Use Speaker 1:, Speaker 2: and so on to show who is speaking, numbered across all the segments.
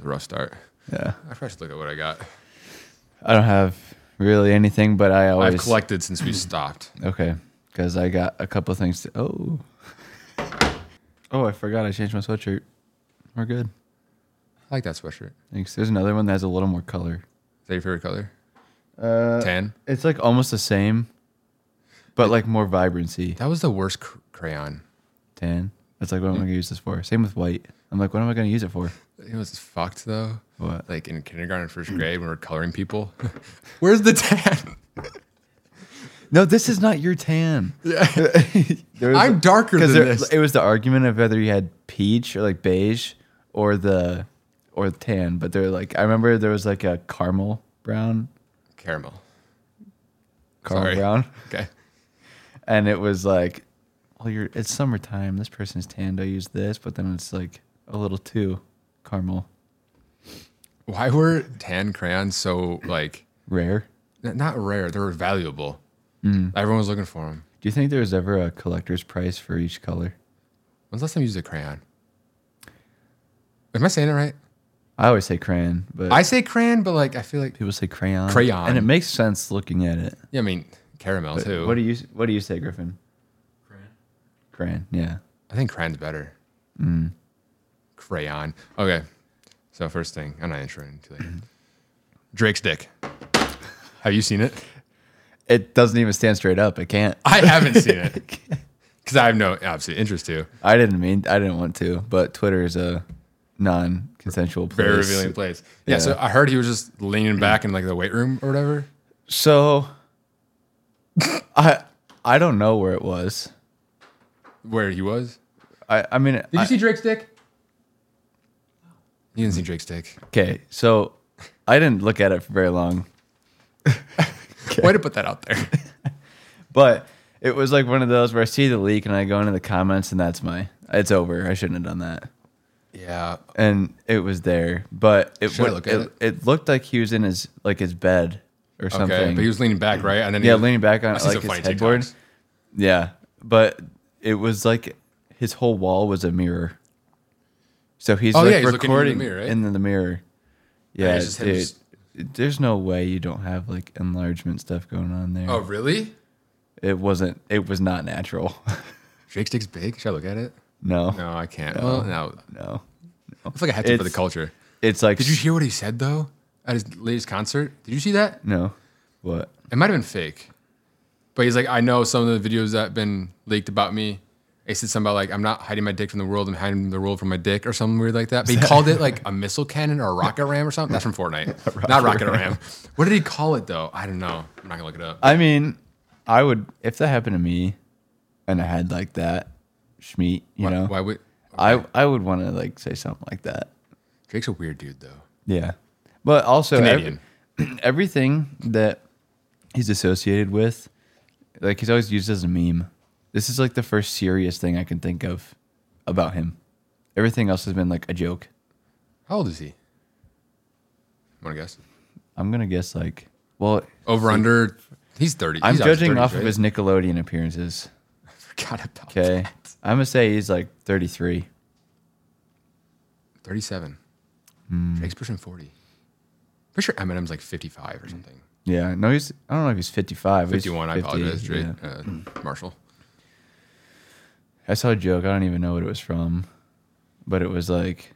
Speaker 1: rough start.
Speaker 2: Yeah.
Speaker 1: I probably should look at what I got.
Speaker 2: I don't have really anything, but I always
Speaker 1: I've collected since we stopped.
Speaker 2: okay because I got a couple things to. Oh. Oh, I forgot I changed my sweatshirt. We're good.
Speaker 1: I like that sweatshirt. Is
Speaker 2: Thanks. There's another one that has a little more color.
Speaker 1: that your favorite color?
Speaker 2: Uh,
Speaker 1: Tan.
Speaker 2: it's like almost the same, but like more vibrancy.
Speaker 1: That was the worst cr- crayon.
Speaker 2: Tan. It's like what am I gonna use this for? Same with white. I'm like, what am I gonna use it for?
Speaker 1: It was fucked though.
Speaker 2: What?
Speaker 1: Like in kindergarten, first
Speaker 2: Mm.
Speaker 1: grade, when we were coloring people. Where's the tan?
Speaker 2: No, this is not your tan. There was-
Speaker 1: I'm darker than
Speaker 2: 'cause there-
Speaker 1: this.
Speaker 2: It was the argument of whether you had peach or like beige or the or tan, but they're like I remember there was like a caramel brown,
Speaker 1: Caramel.
Speaker 2: caramel
Speaker 1: Sorry.
Speaker 2: brown,
Speaker 1: Okay.
Speaker 2: and it was like, well, you're it's summertime. This person's tanned. I use this, but then it's like a little too caramel
Speaker 1: Why were tan crayons so like
Speaker 2: rare.
Speaker 1: n- not rare? They were valuable.
Speaker 2: Mm.
Speaker 1: Everyone was looking for them.
Speaker 2: Do you think there was ever a collector's price for each color?
Speaker 1: When's the last time you used a crayon? Am I saying it right?
Speaker 2: I always say crayon, but
Speaker 1: I say crayon, but like I feel like
Speaker 2: people say crayon.
Speaker 1: Crayon.
Speaker 2: and it makes sense looking at it.
Speaker 1: yeah, I mean caramel too.
Speaker 2: What do you What do you say, Griffin? Crayon. Crayon. Yeah.
Speaker 1: I think crayon's better. Mm. Crayon. Okay. So first thing, I'm not introing too late. Drake's dick. Have you seen it?
Speaker 2: It doesn't even stand straight up. It can't.
Speaker 1: I haven't seen it because I have no absolute interest to.
Speaker 2: I didn't mean. I didn't want to. But Twitter is a non-consensual place.
Speaker 1: Very revealing place. Yeah, So I heard he was just leaning back in like the weight room or whatever.
Speaker 2: So, I I don't know where it was.
Speaker 1: Where he was.
Speaker 2: I I mean.
Speaker 1: Did you
Speaker 2: I-
Speaker 1: see Drake's dick? You didn't see Drake's dick.
Speaker 2: okay. So, I didn't look at it for very long.
Speaker 1: Way to put that out there.
Speaker 2: But it was like one of those where I see the leak and I go into the comments and that's my. It's over. I shouldn't have done that.
Speaker 1: Yeah.
Speaker 2: and it was there, but it
Speaker 1: Should I
Speaker 2: would-
Speaker 1: look
Speaker 2: it,
Speaker 1: at
Speaker 2: it? looked like he was in his like his bed or something.
Speaker 1: Okay. But he was leaning back, right? And then
Speaker 2: yeah,
Speaker 1: he,
Speaker 2: leaning back on
Speaker 1: I've seen
Speaker 2: like
Speaker 1: some
Speaker 2: his
Speaker 1: funny
Speaker 2: headboard.
Speaker 1: TikToks.
Speaker 2: Yeah, but it was like his whole wall was a mirror. So he's
Speaker 1: Oh,
Speaker 2: like
Speaker 1: yeah, he's looking into the
Speaker 2: recording
Speaker 1: mirror, right?
Speaker 2: in the mirror. Yeah,
Speaker 1: it's just him
Speaker 2: dude,
Speaker 1: just-
Speaker 2: there's no way you don't have like enlargement stuff going on there.
Speaker 1: Oh, really?
Speaker 2: It wasn't. It was not natural.
Speaker 1: Drake's dick's big. Should I look at it?
Speaker 2: no, no,
Speaker 1: No, I can't. Well, no. I feel like I have to for the
Speaker 2: It's-
Speaker 1: culture.
Speaker 2: It's like
Speaker 1: Did you hear what he said though at his latest concert? Did you see that?
Speaker 2: no. What?
Speaker 1: It might have been fake, but he's like, I know some of the videos that have been leaked about me. They said something about like I'm not hiding my dick from the world. I'm hiding the world from my dick or something weird like that. But he called it like a missile cannon or a rocket ram or something. That's from Fortnite, not rocket ram. What did he call it though? I don't know. I'm not gonna look it up.
Speaker 2: I mean, I would if that happened to me, and I had like that schmeat, you know,
Speaker 1: Why would
Speaker 2: I I would want to like say something like that.
Speaker 1: Drake's a weird dude though?
Speaker 2: Yeah, but also ev-
Speaker 1: Canadian.
Speaker 2: everything that he's associated with, like he's always used as a meme. This is like the first serious thing I can think of about him. Everything else has been like a joke.
Speaker 1: How old is he? Want to guess?
Speaker 2: I'm gonna guess like, well,
Speaker 1: Over under. He's thirty.
Speaker 2: I'm
Speaker 1: He's obviously
Speaker 2: judging
Speaker 1: 30s,
Speaker 2: off of
Speaker 1: right?
Speaker 2: his Nickelodeon appearances.
Speaker 1: Forgot about
Speaker 2: Okay,
Speaker 1: that.
Speaker 2: I'm gonna say he's like 33.
Speaker 1: 37.
Speaker 2: Hmm.
Speaker 1: Drake's pushing 40. Pretty sure Eminem's like
Speaker 2: Hmm.
Speaker 1: 55 or something.
Speaker 2: Yeah, no, he's. I don't know if he's fifty-five. but he's
Speaker 1: 51, I
Speaker 2: 50,
Speaker 1: apologize, Drake.
Speaker 2: yeah. Hmm.
Speaker 1: Uh, Marshall.
Speaker 2: I saw a joke. I don't even know what it was from, but it was like.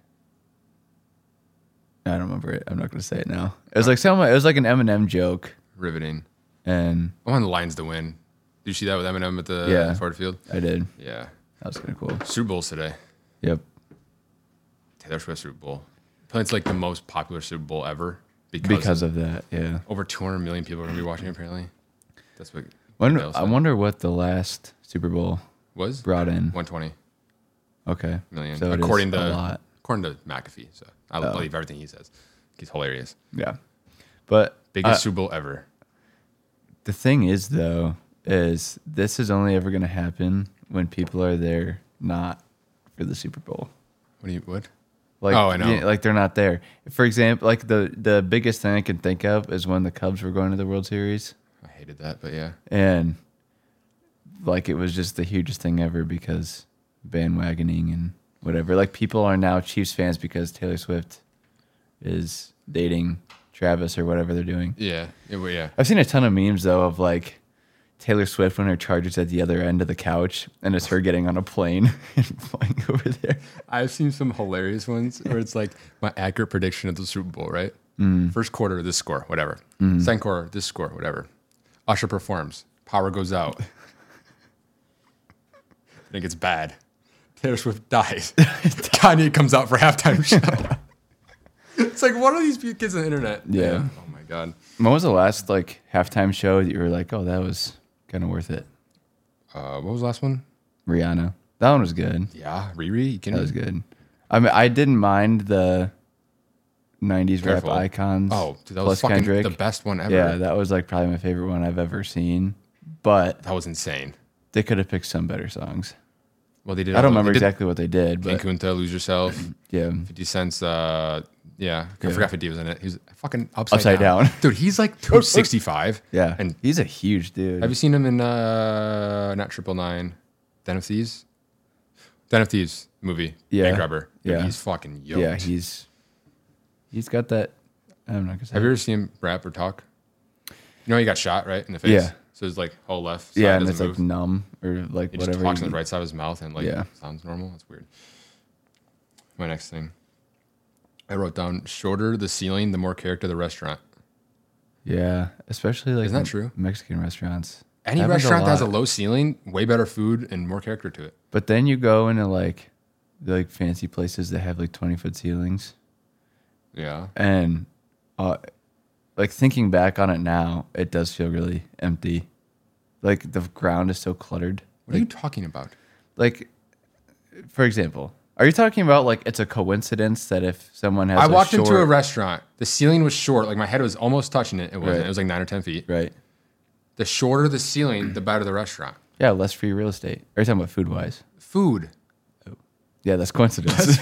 Speaker 2: I don't remember it. I'm not gonna say it now. It was like some. It was like an Eminem joke,
Speaker 1: Riveting.
Speaker 2: and
Speaker 1: I'm on the lines to win. Did you see that with Eminem at the
Speaker 2: Yeah.
Speaker 1: Ford Field?
Speaker 2: I did.
Speaker 1: Yeah.
Speaker 2: That was kind of cool.
Speaker 1: Super Bowl's today.
Speaker 2: Yep.
Speaker 1: Taylor Swift Super Bowl. Apparently It's like the most popular Super Bowl ever because,
Speaker 2: Because of that, yeah.
Speaker 1: over 200 million people are going to be watching, apparently. That's what
Speaker 2: Wonder,
Speaker 1: Bale
Speaker 2: I
Speaker 1: said.
Speaker 2: wonder what the last Super Bowl
Speaker 1: was.
Speaker 2: brought in.
Speaker 1: 120
Speaker 2: Okay,
Speaker 1: million.
Speaker 2: So it is
Speaker 1: according
Speaker 2: a
Speaker 1: to
Speaker 2: lot. Oh.
Speaker 1: according to McAfee. So I believe everything he says. He's hilarious.
Speaker 2: Yeah, but
Speaker 1: Biggest
Speaker 2: uh,
Speaker 1: Super Bowl ever.
Speaker 2: The thing is, though, is this is only ever going to happen when people are there not for the Super Bowl.
Speaker 1: What do you, what?
Speaker 2: Like,
Speaker 1: Oh, I know.
Speaker 2: yeah, like they're not there. For example, like the the biggest thing I can think of is when the Cubs were going to the World Series,
Speaker 1: I hated that, but yeah.
Speaker 2: and like it was just the hugest thing ever because bandwagoning and whatever. Like people are now Chiefs fans because Taylor Swift is dating Travis or whatever they're doing.
Speaker 1: Yeah. Yeah. well, yeah.
Speaker 2: I've seen a ton of memes though of like Taylor Swift when her charger's at the other end of the couch and it's her getting on a plane and flying over there.
Speaker 1: I've seen some hilarious ones where it's like my accurate prediction of the Super Bowl, right? First quarter, this score, whatever. Second quarter, this score, whatever. Usher performs, power goes out. I think it's bad. Taylor Swift dies. Kanye comes out for halftime show. it's like, what are these pe- kids on the internet?
Speaker 2: Yeah.
Speaker 1: Oh my God.
Speaker 2: When was the last like halftime show that you were like, oh, that was kind of worth it?
Speaker 1: Uh, what was the last one?
Speaker 2: Rihanna. That one was good.
Speaker 1: Yeah, Riri. You
Speaker 2: That
Speaker 1: kidding
Speaker 2: was
Speaker 1: me?
Speaker 2: good. I mean, I didn't mind the '90s
Speaker 1: Careful.
Speaker 2: rap icons.
Speaker 1: Oh, dude, that was fucking the best one ever.
Speaker 2: Yeah, that was like probably my favorite one I've ever seen. But
Speaker 1: that was insane.
Speaker 2: they could have picked some better songs.
Speaker 1: Well, they did.
Speaker 2: I don't
Speaker 1: all-
Speaker 2: remember
Speaker 1: they did
Speaker 2: exactly what they did, but
Speaker 1: Kunta, lose yourself.
Speaker 2: yeah,
Speaker 1: 50 Cent's, uh, yeah, I forgot 50 was in it. He was fucking upside,
Speaker 2: Upside down.
Speaker 1: Dude, he's like 265.
Speaker 2: yeah.
Speaker 1: And
Speaker 2: he's a huge dude.
Speaker 1: have you seen him in, uh, not Triple Nine, Den of Thieves? Den of Thieves movie.
Speaker 2: Yeah.
Speaker 1: Bank Robber. Dude,
Speaker 2: Yeah.
Speaker 1: He's fucking yoked.
Speaker 2: yeah, he's he's got that. I'm not gonna say.
Speaker 1: have you ever seen him rap or talk? You know, he got shot, right? In the face.
Speaker 2: Yeah.
Speaker 1: So his like whole left side
Speaker 2: yeah, and
Speaker 1: doesn't
Speaker 2: it's
Speaker 1: move.
Speaker 2: like numb or like
Speaker 1: he just
Speaker 2: whatever.
Speaker 1: talks on
Speaker 2: you-
Speaker 1: the right side of his mouth and like
Speaker 2: Yeah.
Speaker 1: sounds normal. That's weird. My next thing. I wrote down shorter the ceiling, the more character the restaurant.
Speaker 2: Yeah, especially like
Speaker 1: Isn't that
Speaker 2: in
Speaker 1: true?
Speaker 2: Mexican restaurants.
Speaker 1: Any
Speaker 2: Happens
Speaker 1: restaurant that has a
Speaker 2: lot.
Speaker 1: low ceiling, way better food and more character to it.
Speaker 2: But then you go into like the, like fancy places that have like 20 foot ceilings
Speaker 1: Yeah.
Speaker 2: and uh, like thinking back on it now, it does feel really empty. Like the ground is so cluttered.
Speaker 1: What are you talking about?
Speaker 2: Like for example, are you talking about like it's a coincidence that if someone has
Speaker 1: I
Speaker 2: a
Speaker 1: walked into a
Speaker 2: short-
Speaker 1: restaurant. The ceiling was short. Like my head was almost touching it. It wasn't.
Speaker 2: Right.
Speaker 1: It was like nine or 10 feet.
Speaker 2: right.
Speaker 1: The shorter the ceiling, the better the restaurant.
Speaker 2: Yeah, less free real estate. Are you talking about food wise?
Speaker 1: Food,
Speaker 2: Yeah, that's coincidence.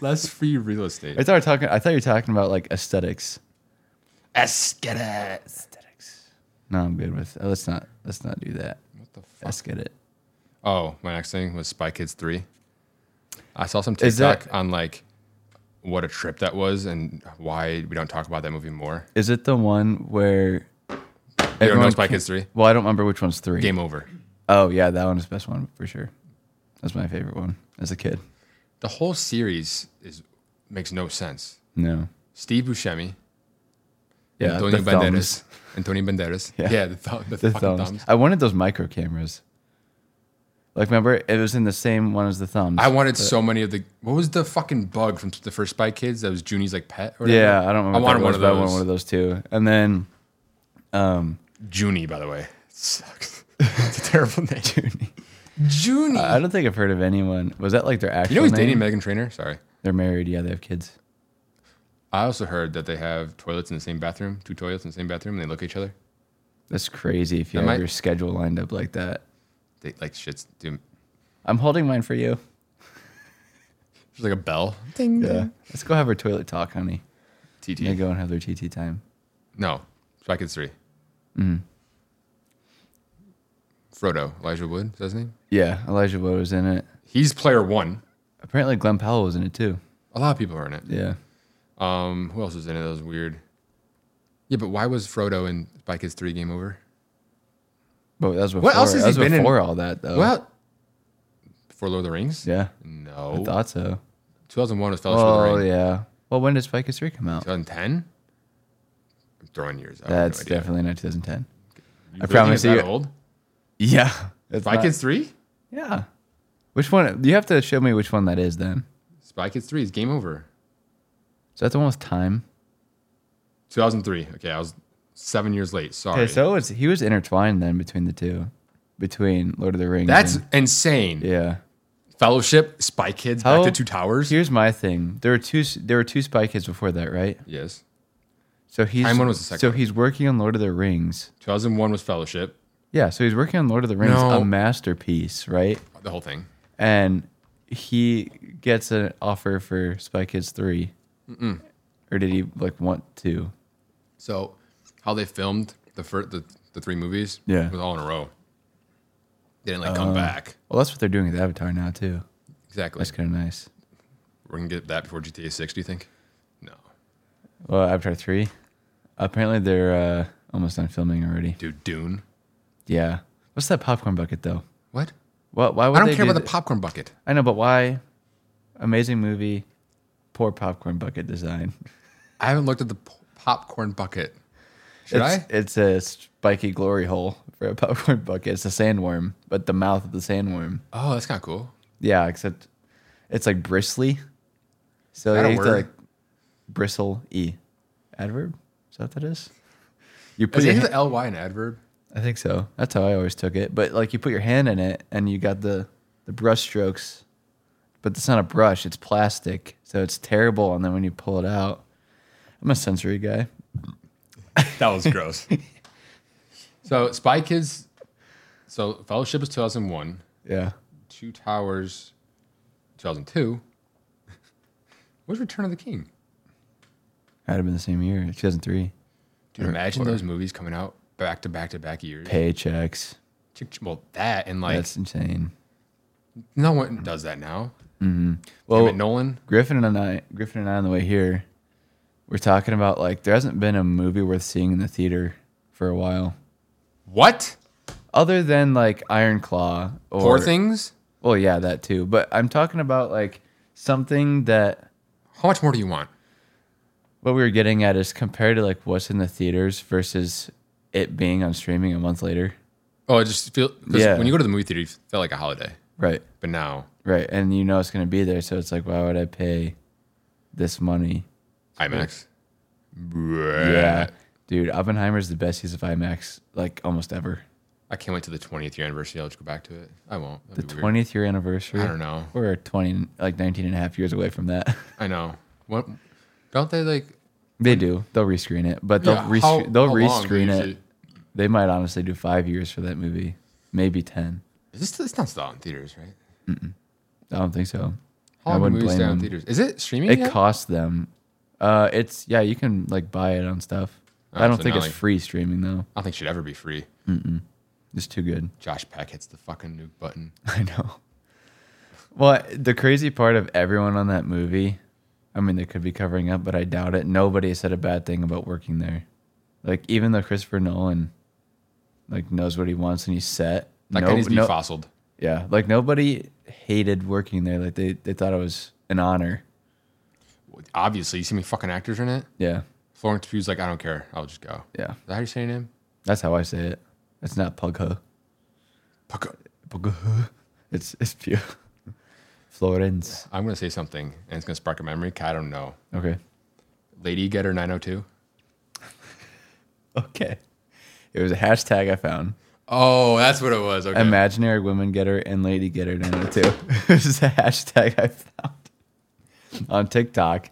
Speaker 1: less free real estate.
Speaker 2: I thought talking I thought you were talking about like aesthetics.
Speaker 1: Eskedet.
Speaker 2: No, I'm good with oh, let's not let's not do that.
Speaker 1: What the fuck?
Speaker 2: Let's get it.
Speaker 1: Oh, my next thing was Spy Kids 3. I saw some
Speaker 2: Is that-
Speaker 1: TikTok on like what a trip that was and why we don't talk about that movie more.
Speaker 2: Is it the one where
Speaker 1: You don't know
Speaker 2: everyone
Speaker 1: Spy
Speaker 2: can-
Speaker 1: Kids 3?
Speaker 2: Well, I don't remember which one's three.
Speaker 1: Game over.
Speaker 2: Oh yeah, that one is the best one for sure. That's my favorite one as a kid.
Speaker 1: The whole series is makes no sense.
Speaker 2: No.
Speaker 1: Steve Buscemi,
Speaker 2: Yeah.
Speaker 1: Antonio
Speaker 2: the thumbs.
Speaker 1: Banderas, Antonio Banderas. Yeah,
Speaker 2: Yeah.
Speaker 1: the, th- the,
Speaker 2: The
Speaker 1: fucking thumbs.
Speaker 2: thumbs. I wanted those micro cameras. Like remember, it was in the same one as the thumbs.
Speaker 1: I wanted so many of the. What was the fucking bug from the first Spy Kids? That was Junie's like pet. Or whatever?
Speaker 2: yeah, I don't remember.
Speaker 1: I
Speaker 2: what
Speaker 1: wanted
Speaker 2: that
Speaker 1: one
Speaker 2: was,
Speaker 1: of
Speaker 2: but I
Speaker 1: those.
Speaker 2: wanted one of those too. And then
Speaker 1: Junie, by the way, sucks. it's a terrible name. Junie. Junie.
Speaker 2: I don't think I've heard of anyone. Was that like their actual?
Speaker 1: you know he's
Speaker 2: Uh, name?
Speaker 1: dating Megan Trainor. Sorry.
Speaker 2: They're married. Yeah, they have kids.
Speaker 1: I also heard that they have toilets in the same bathroom, two toilets in the same bathroom, and they look at each other.
Speaker 2: That's crazy. If you
Speaker 1: That
Speaker 2: have
Speaker 1: might-
Speaker 2: your schedule lined up like that,
Speaker 1: They like shits. Do
Speaker 2: I'm holding mine for you.
Speaker 1: there's like a bell. Ding.
Speaker 2: Yeah. Let's go have our toilet talk, honey.
Speaker 1: TT.
Speaker 2: They go and have their TT time.
Speaker 1: No, Spy Kids three.
Speaker 2: Mm-hmm.
Speaker 1: Frodo, Elijah Wood, is that his name?
Speaker 2: Yeah, Elijah Wood was in it.
Speaker 1: He's player one.
Speaker 2: Apparently, Glenn Powell was in it too.
Speaker 1: A lot of people are in it.
Speaker 2: Yeah,
Speaker 1: Um, who else was in it? That was weird. Yeah, but why was Frodo in Spy Kids three game over?
Speaker 2: but that was before.
Speaker 1: What else has
Speaker 2: that
Speaker 1: he
Speaker 2: was
Speaker 1: been in?
Speaker 2: before all that though.
Speaker 1: Well, before Lord of the Rings.
Speaker 2: yeah, I
Speaker 1: No.
Speaker 2: thought so.
Speaker 1: 2001 Oh. was Fellowship of the
Speaker 2: Oh
Speaker 1: Ring.
Speaker 2: yeah. Well, when did Spike Three come out?
Speaker 1: 2010. I'm throwing years out. I have no
Speaker 2: That's
Speaker 1: idea.
Speaker 2: definitely not 2010.
Speaker 1: You
Speaker 2: I
Speaker 1: really think
Speaker 2: promise
Speaker 1: it's that
Speaker 2: you-
Speaker 1: Old.
Speaker 2: Yeah, it's
Speaker 1: Spy
Speaker 2: not-
Speaker 1: Kids three.
Speaker 2: Yeah. Which one? You have to show me which one that is then.
Speaker 1: Spy Kids three is game over.
Speaker 2: Is that the one with time?
Speaker 1: 2003. Okay, I was seven years late. Sorry.
Speaker 2: Okay, so it's he was intertwined then between the two, between Lord of the Rings.
Speaker 1: That's
Speaker 2: and-
Speaker 1: insane.
Speaker 2: yeah.
Speaker 1: Fellowship, Spy Kids,
Speaker 2: How-
Speaker 1: Back to Two Towers.
Speaker 2: Here's my thing. There were two. s- There were two Spy Kids before that, right?
Speaker 1: Yes.
Speaker 2: So he's
Speaker 1: Time One was the second
Speaker 2: so
Speaker 1: one.
Speaker 2: he's working on Lord of the Rings.
Speaker 1: 2001 was Fellowship,
Speaker 2: Yeah, so he's working on Lord of the Rings,
Speaker 1: No.
Speaker 2: a masterpiece, right?
Speaker 1: the whole thing.
Speaker 2: And he gets an offer for Spy Kids 3 or did he like want to?
Speaker 1: So, how they filmed the fir- the, the three movies
Speaker 2: Yeah. Oh.
Speaker 1: was all in a row. They didn't like come back.
Speaker 2: Well, that's what they're doing with Avatar now too.
Speaker 1: Exactly.
Speaker 2: That's kind of nice.
Speaker 1: We're going to get that before GTA 6, do you think?
Speaker 2: Well, Avatar three. Apparently they're uh, almost done filming already.
Speaker 1: Dude, Dune.
Speaker 2: Yeah. What's that popcorn bucket though?
Speaker 1: What?
Speaker 2: What? Why would
Speaker 1: I don't
Speaker 2: they
Speaker 1: care
Speaker 2: do
Speaker 1: about
Speaker 2: th-
Speaker 1: the popcorn bucket.
Speaker 2: I know, but why? Amazing movie, poor popcorn bucket design.
Speaker 1: I haven't looked at the p- popcorn bucket. Should
Speaker 2: it's,
Speaker 1: I?
Speaker 2: It's a spiky glory hole for a popcorn bucket. It's a sandworm, but the mouth of the sandworm.
Speaker 1: Oh, that's kind of cool.
Speaker 2: Yeah, except it's like bristly. So
Speaker 1: that
Speaker 2: you
Speaker 1: a
Speaker 2: have to
Speaker 1: word?
Speaker 2: like bristle e. Adverb? Is that what that is? You put
Speaker 1: Is
Speaker 2: your
Speaker 1: any of
Speaker 2: ha-
Speaker 1: the ly an adverb?
Speaker 2: I think so. That's how I always took it. But like you put your hand in it and you got the the brush strokes. But it's not a brush, it's plastic. So it's terrible and then when you pull it out I'm a sensory guy.
Speaker 1: That was gross. so Spy Kids. So Fellowship is 2001.
Speaker 2: Yeah.
Speaker 1: Two Towers, 2002. Where's Return of the King?
Speaker 2: Had have been the same year, 2003.
Speaker 1: Dude, imagine those movies coming out back to back to back years.
Speaker 2: Paychecks.
Speaker 1: Ch- ch- Well, that and like
Speaker 2: That's insane.
Speaker 1: no one does that now.
Speaker 2: Well,
Speaker 1: Damn it, Nolan.
Speaker 2: Griffin and I, Griffin and I, on the way here, we're talking about like there hasn't been a movie worth seeing in the theater for a while,
Speaker 1: What?
Speaker 2: other than like Iron Claw or
Speaker 1: Poor things.
Speaker 2: Well, yeah, that too. But I'm talking about like something that
Speaker 1: How much more do you want?
Speaker 2: what we were getting at is compared to like what's in the theaters versus it being on streaming a month later.
Speaker 1: Oh, it just feel. 'cause
Speaker 2: Yeah.
Speaker 1: When you go to the movie theater, you felt like a holiday,
Speaker 2: Right.
Speaker 1: but now
Speaker 2: Right. And you know it's going to be there, so it's like, why would I pay this money?
Speaker 1: IMAX.
Speaker 2: Yeah. Dude, Oppenheimer's the best use of IMAX like almost ever.
Speaker 1: I can't wait till the 20th year anniversary. I'll just go back to it. I won't.
Speaker 2: the
Speaker 1: That'd be weird.
Speaker 2: 20th year anniversary.
Speaker 1: I don't know.
Speaker 2: We're 20, like 19 and a half years away from that.
Speaker 1: I know. What? Don't they like?
Speaker 2: they do. They'll rescreen it, but they'll
Speaker 1: Yeah,
Speaker 2: rescreen,
Speaker 1: how-
Speaker 2: they'll
Speaker 1: how long do
Speaker 2: rescreen
Speaker 1: you
Speaker 2: it.
Speaker 1: usually-
Speaker 2: They might honestly do five years for that movie, maybe 10.
Speaker 1: Is this it's not still out in theaters, right?
Speaker 2: I don't think so.
Speaker 1: How
Speaker 2: I
Speaker 1: long do
Speaker 2: wouldn't
Speaker 1: movies
Speaker 2: blame
Speaker 1: stay out
Speaker 2: them.
Speaker 1: in theaters? Is it streaming?
Speaker 2: It
Speaker 1: yet?
Speaker 2: costs them. Uh, it's yeah, you can like buy it on stuff.
Speaker 1: Oh,
Speaker 2: I don't
Speaker 1: so
Speaker 2: think
Speaker 1: not
Speaker 2: it's
Speaker 1: like-
Speaker 2: free streaming though.
Speaker 1: I don't think it should ever be free.
Speaker 2: It's too good.
Speaker 1: Josh Peck hits the fucking nuke button.
Speaker 2: I know. Well, the crazy part of everyone on that movie, I mean, they could be covering up, but I doubt it. Nobody said a bad thing about working there. Like, even though Christopher Nolan, like, knows what he wants and he's set.
Speaker 1: That
Speaker 2: no-
Speaker 1: guy needs to be
Speaker 2: no-
Speaker 1: fossiled.
Speaker 2: yeah, like nobody hated working there. Like they, they thought it was an honor.
Speaker 1: Obviously, you see me fucking actors in it.
Speaker 2: Yeah,
Speaker 1: Florence Pugh's like, I don't care. I'll just go. Is
Speaker 2: yeah,
Speaker 1: that how you say your name?
Speaker 2: that's how I say it. It's not Pugho.
Speaker 1: Puck-
Speaker 2: Pugho. It's it's pure Florence.
Speaker 1: I'm gonna say something, and it's gonna spark a memory. 'cause I don't know.
Speaker 2: Okay.
Speaker 1: Lady Getter 902.
Speaker 2: Okay. It was a hashtag I found.
Speaker 1: Oh, that's what it was. Okay.
Speaker 2: Imaginary women getter and lady getter 902. this is a hashtag I found on TikTok.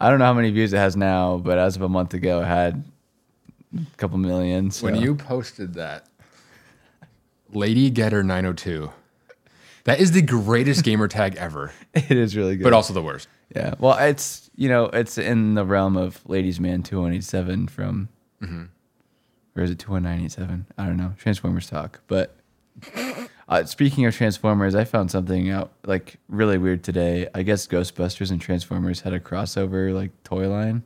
Speaker 2: I don't know how many views it has now, but as of a month ago, it had a couple million. so-
Speaker 1: when you posted that, Lady Getter 902. That is the greatest gamer tag ever,
Speaker 2: it is really good.
Speaker 1: but also the worst.
Speaker 2: yeah, well, it's you know, it's in the realm of Ladies Man 2187 from,
Speaker 1: Mm-hmm.
Speaker 2: or is it 21987? I don't know. Transformers talk, but uh, speaking of Transformers, I found something out like really weird today. I guess Ghostbusters and Transformers had a crossover like toy line,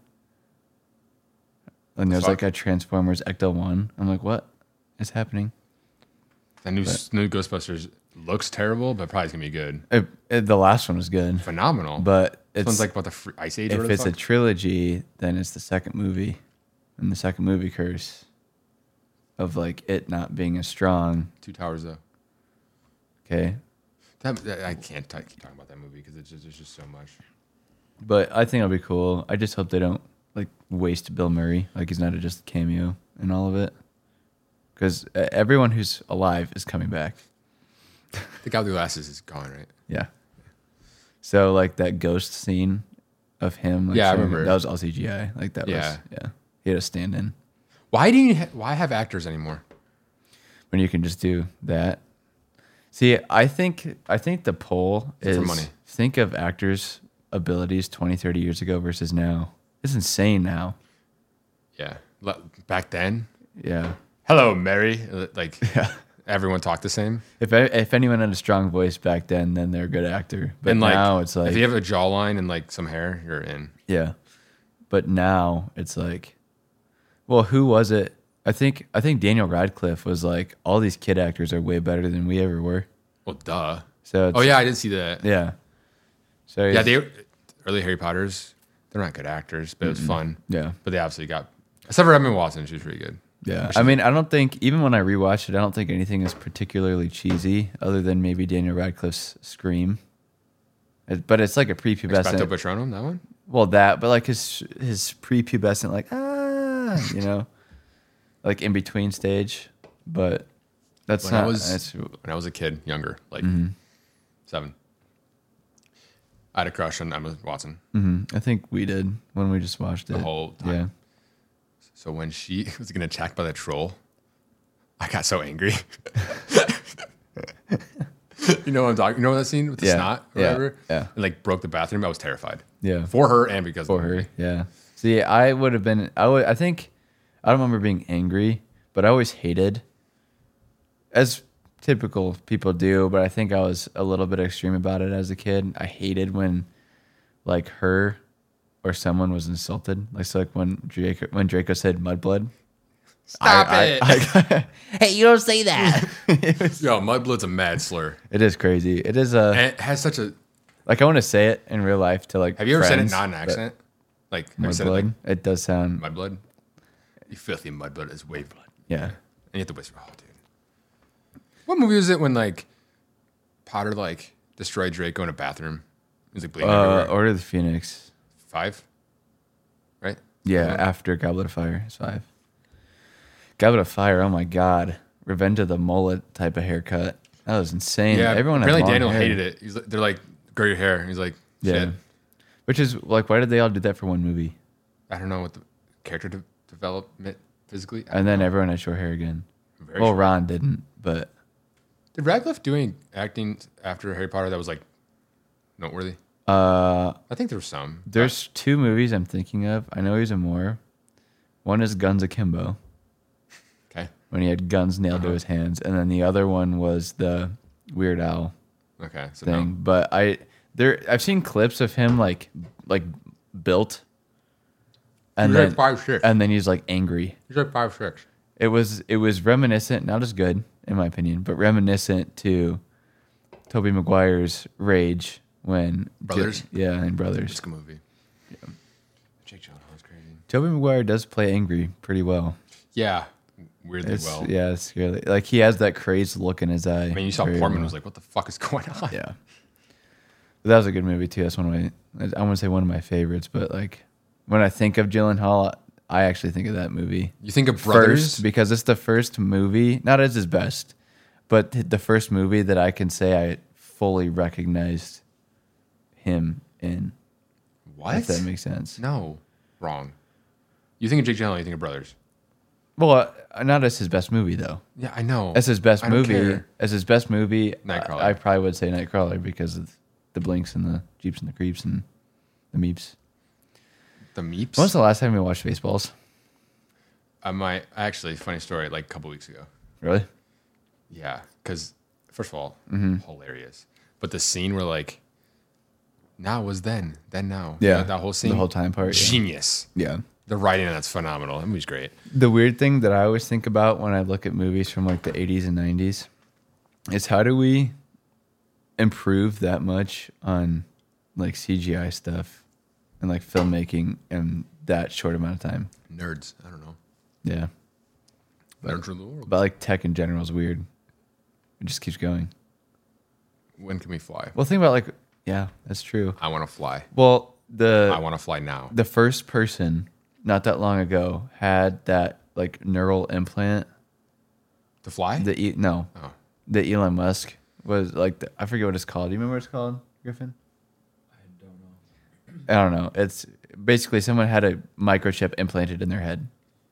Speaker 2: and there's
Speaker 1: Fuck.
Speaker 2: like a Transformers Ecto One. I'm like, what is happening?
Speaker 1: That new, new Ghostbusters looks terrible, but probably is gonna be good.
Speaker 2: It, it, Uh, the last one was good,
Speaker 1: Phenomenal.
Speaker 2: but
Speaker 1: this
Speaker 2: it's
Speaker 1: one's like about the fr- Ice Age. or
Speaker 2: if
Speaker 1: whatever the
Speaker 2: it's a
Speaker 1: fuck.
Speaker 2: trilogy, then it's the second movie, and the second movie curse of like it not being as strong.
Speaker 1: two towers though.
Speaker 2: Okay,
Speaker 1: That, that- I can't t- keep talking about that movie because it's just, there's just so much.
Speaker 2: but I think it'll be cool. I just hope they don't like waste Bill Murray. Like he's not a just cameo in all of it, because everyone who's alive is coming back.
Speaker 1: The guy with the glasses is gone, right?
Speaker 2: Yeah. So like that ghost scene of him. Like,
Speaker 1: Yeah, I
Speaker 2: showing-
Speaker 1: remember.
Speaker 2: that was all CGI. Like that
Speaker 1: Yeah.
Speaker 2: was yeah. He had a stand in
Speaker 1: Why do you ha- why have actors anymore?
Speaker 2: when you can just do that. See, I think I think the poll
Speaker 1: It's
Speaker 2: is
Speaker 1: for money.
Speaker 2: think of actors' abilities 20, 30 years ago versus now. It's insane now.
Speaker 1: Yeah, Le- back then.
Speaker 2: Yeah.
Speaker 1: Hello, Mary. Uh, Like everyone talked the same.
Speaker 2: If I, if anyone had a strong voice back then, then they're a good actor. But
Speaker 1: and like
Speaker 2: now it's like
Speaker 1: if you have a jawline and like some hair, you're in.
Speaker 2: yeah. But now it's like, well, who was it? I think I think Daniel Radcliffe was like, all these kid actors are way better than we ever were.
Speaker 1: Well, duh.
Speaker 2: So it's,
Speaker 1: Oh yeah, I did see that.
Speaker 2: yeah. So
Speaker 1: Yeah,
Speaker 2: he's-
Speaker 1: they early Harry Potters. They're not good actors, but it was fun.
Speaker 2: yeah
Speaker 1: But they absolutely got except for Emma Watson. She was pretty good.
Speaker 2: yeah. I mean, I don't think even when I rewatched it, I don't think anything is particularly cheesy, other than maybe Daniel Radcliffe's scream. It- But it's like a
Speaker 1: Beto
Speaker 2: prepubescent
Speaker 1: Patronum, that one.
Speaker 2: Well, that, but like his his prepubescent, like ah, you know, like in between stage. But that's
Speaker 1: When I
Speaker 2: not.
Speaker 1: was-
Speaker 2: that's-
Speaker 1: When I was a kid, younger, like
Speaker 2: Mm-hmm.
Speaker 1: seven, I had a crush on Emma Watson
Speaker 2: mhm. I think we did when we just watched it.
Speaker 1: the whole time.
Speaker 2: yeah,
Speaker 1: So when she was getting attacked by the troll, I got so angry. you know what I'm talking. You know that scene with the
Speaker 2: Yeah,
Speaker 1: snot, or
Speaker 2: yeah,
Speaker 1: whatever,
Speaker 2: yeah.
Speaker 1: and like broke the bathroom. I was terrified
Speaker 2: yeah,
Speaker 1: for her and because
Speaker 2: for
Speaker 1: of
Speaker 2: her. Yeah. See, I would have been. I would. I think. I don't remember being angry, but I always hated. As typical people do, but I think I was a little bit extreme about it as a kid. I hated when, like her, or someone was insulted. Like so, like when Draco when Draco said mudblood.
Speaker 1: Stop
Speaker 2: I-
Speaker 1: it!
Speaker 2: I- I-
Speaker 3: Hey, you don't say that.
Speaker 1: Yo, mudblood's a mad slur.
Speaker 2: it is crazy. It is a
Speaker 1: And it has such a.
Speaker 2: like I want to say it in real life to like.
Speaker 1: Have you ever said it
Speaker 2: friends,
Speaker 1: not an
Speaker 2: but
Speaker 1: accent? Like have you said it like
Speaker 2: Mudblood. It does sound.
Speaker 1: mudblood? You filthy mudblood is wave blood.
Speaker 2: Yeah.
Speaker 1: And you have to whisper, oh, dude. What movie was it when, like, Potter, like, destroyed Draco in a bathroom? He's like, bleeding
Speaker 2: Uh,
Speaker 1: everywhere.
Speaker 2: Order of the Phoenix.
Speaker 1: Five? Right?
Speaker 2: Yeah, after Goblet of Fire is five. Goblet of Fire, oh my god. Revenge of the mullet type of haircut. That was insane.
Speaker 1: Yeah.
Speaker 2: Everyone had
Speaker 1: apparently,
Speaker 2: long
Speaker 1: Daniel
Speaker 2: hair,
Speaker 1: hated it. He's like, they're like, grow your hair. And he's like,
Speaker 2: Yeah.
Speaker 1: shit.
Speaker 2: Which is like why did they all do that for one movie?
Speaker 1: I don't know what the character de- development physically.
Speaker 2: And then everyone had short hair again.
Speaker 1: Very
Speaker 2: well,
Speaker 1: short.
Speaker 2: Ron didn't, but
Speaker 1: Did Radcliffe doing acting after Harry Potter that was, like, noteworthy?
Speaker 2: uh
Speaker 1: I think there was some.
Speaker 2: there's two movies I'm thinking of. I know he's in more. One is Guns Akimbo,
Speaker 1: Okay.
Speaker 2: when he had guns nailed
Speaker 1: Uh-huh.
Speaker 2: to his hands, and then the other one was the Weird Owl.
Speaker 1: Okay. So,
Speaker 2: thing.
Speaker 1: no.
Speaker 2: But I there I've seen clips of him like like built, and
Speaker 1: He's like
Speaker 2: then
Speaker 1: five six.
Speaker 2: and then he's like angry.
Speaker 1: He's like five, six.
Speaker 2: It was it was reminiscent, not as good in my opinion, but reminiscent to Toby Maguire's rage when
Speaker 1: Brothers?
Speaker 2: yeah, and brothers.
Speaker 1: Just a movie. Jake Gyllenhaal is crazy.
Speaker 2: Toby Maguire does play angry pretty well.
Speaker 1: Yeah, weirdly
Speaker 2: It's
Speaker 1: well.
Speaker 2: yeah, it's really like he has that crazed look in his eye.
Speaker 1: I mean, you saw Portman was like, "What the fuck is going on?"
Speaker 2: Yeah. But that was a good movie too. That's one of my I want to say one of my favorites, but like when I think of Gyllenhaal, I actually think of that movie
Speaker 1: You think of brothers?
Speaker 2: first because it's the first movie, not as his best, but th- the first movie that I can say I fully recognized him in.
Speaker 1: what?
Speaker 2: If that makes sense.
Speaker 1: no, wrong. You think of Jake Gyllenhaal, you think of brothers.
Speaker 2: Well, uh, not as his best movie though.
Speaker 1: Yeah, I know.
Speaker 2: As his best
Speaker 1: I don't
Speaker 2: movie,
Speaker 1: care.
Speaker 2: as his best movie, I-
Speaker 1: Nightcrawler.
Speaker 2: I, probably would say Nightcrawler because of the blinks and the jeeps and the creeps and the meeps.
Speaker 1: the Meeps.
Speaker 2: When was the last time we watched baseballs?
Speaker 1: I might actually funny story. Like a couple weeks ago.
Speaker 2: Really?
Speaker 1: Yeah, because first of all,
Speaker 2: Mm-hmm.
Speaker 1: hilarious. But the scene where like, now was then, then now. You know, that whole scene,
Speaker 2: the whole time part. Yeah.
Speaker 1: genius.
Speaker 2: yeah.
Speaker 1: The writing on that's phenomenal. That movie's great.
Speaker 2: The weird thing that I always think about when I look at movies from like the 80s and 90s is how do we improve that much on like CGI stuff and like filmmaking in that short amount of time?
Speaker 1: Nerds. I don't know.
Speaker 2: Yeah.
Speaker 1: Nerds of the world.
Speaker 2: But like tech in general is weird. It just keeps going.
Speaker 1: When can we fly?
Speaker 2: Well, think about like yeah, that's true.
Speaker 1: I want to fly.
Speaker 2: Well, the
Speaker 1: I want to fly now.
Speaker 2: the first person not that long ago had that like neural implant
Speaker 1: To fly?
Speaker 2: the e- no
Speaker 1: Oh.
Speaker 2: the elon musk was like the, i forget what it's called do you remember what it's called griffin i don't know i don't know it's basically someone had a microchip implanted in their head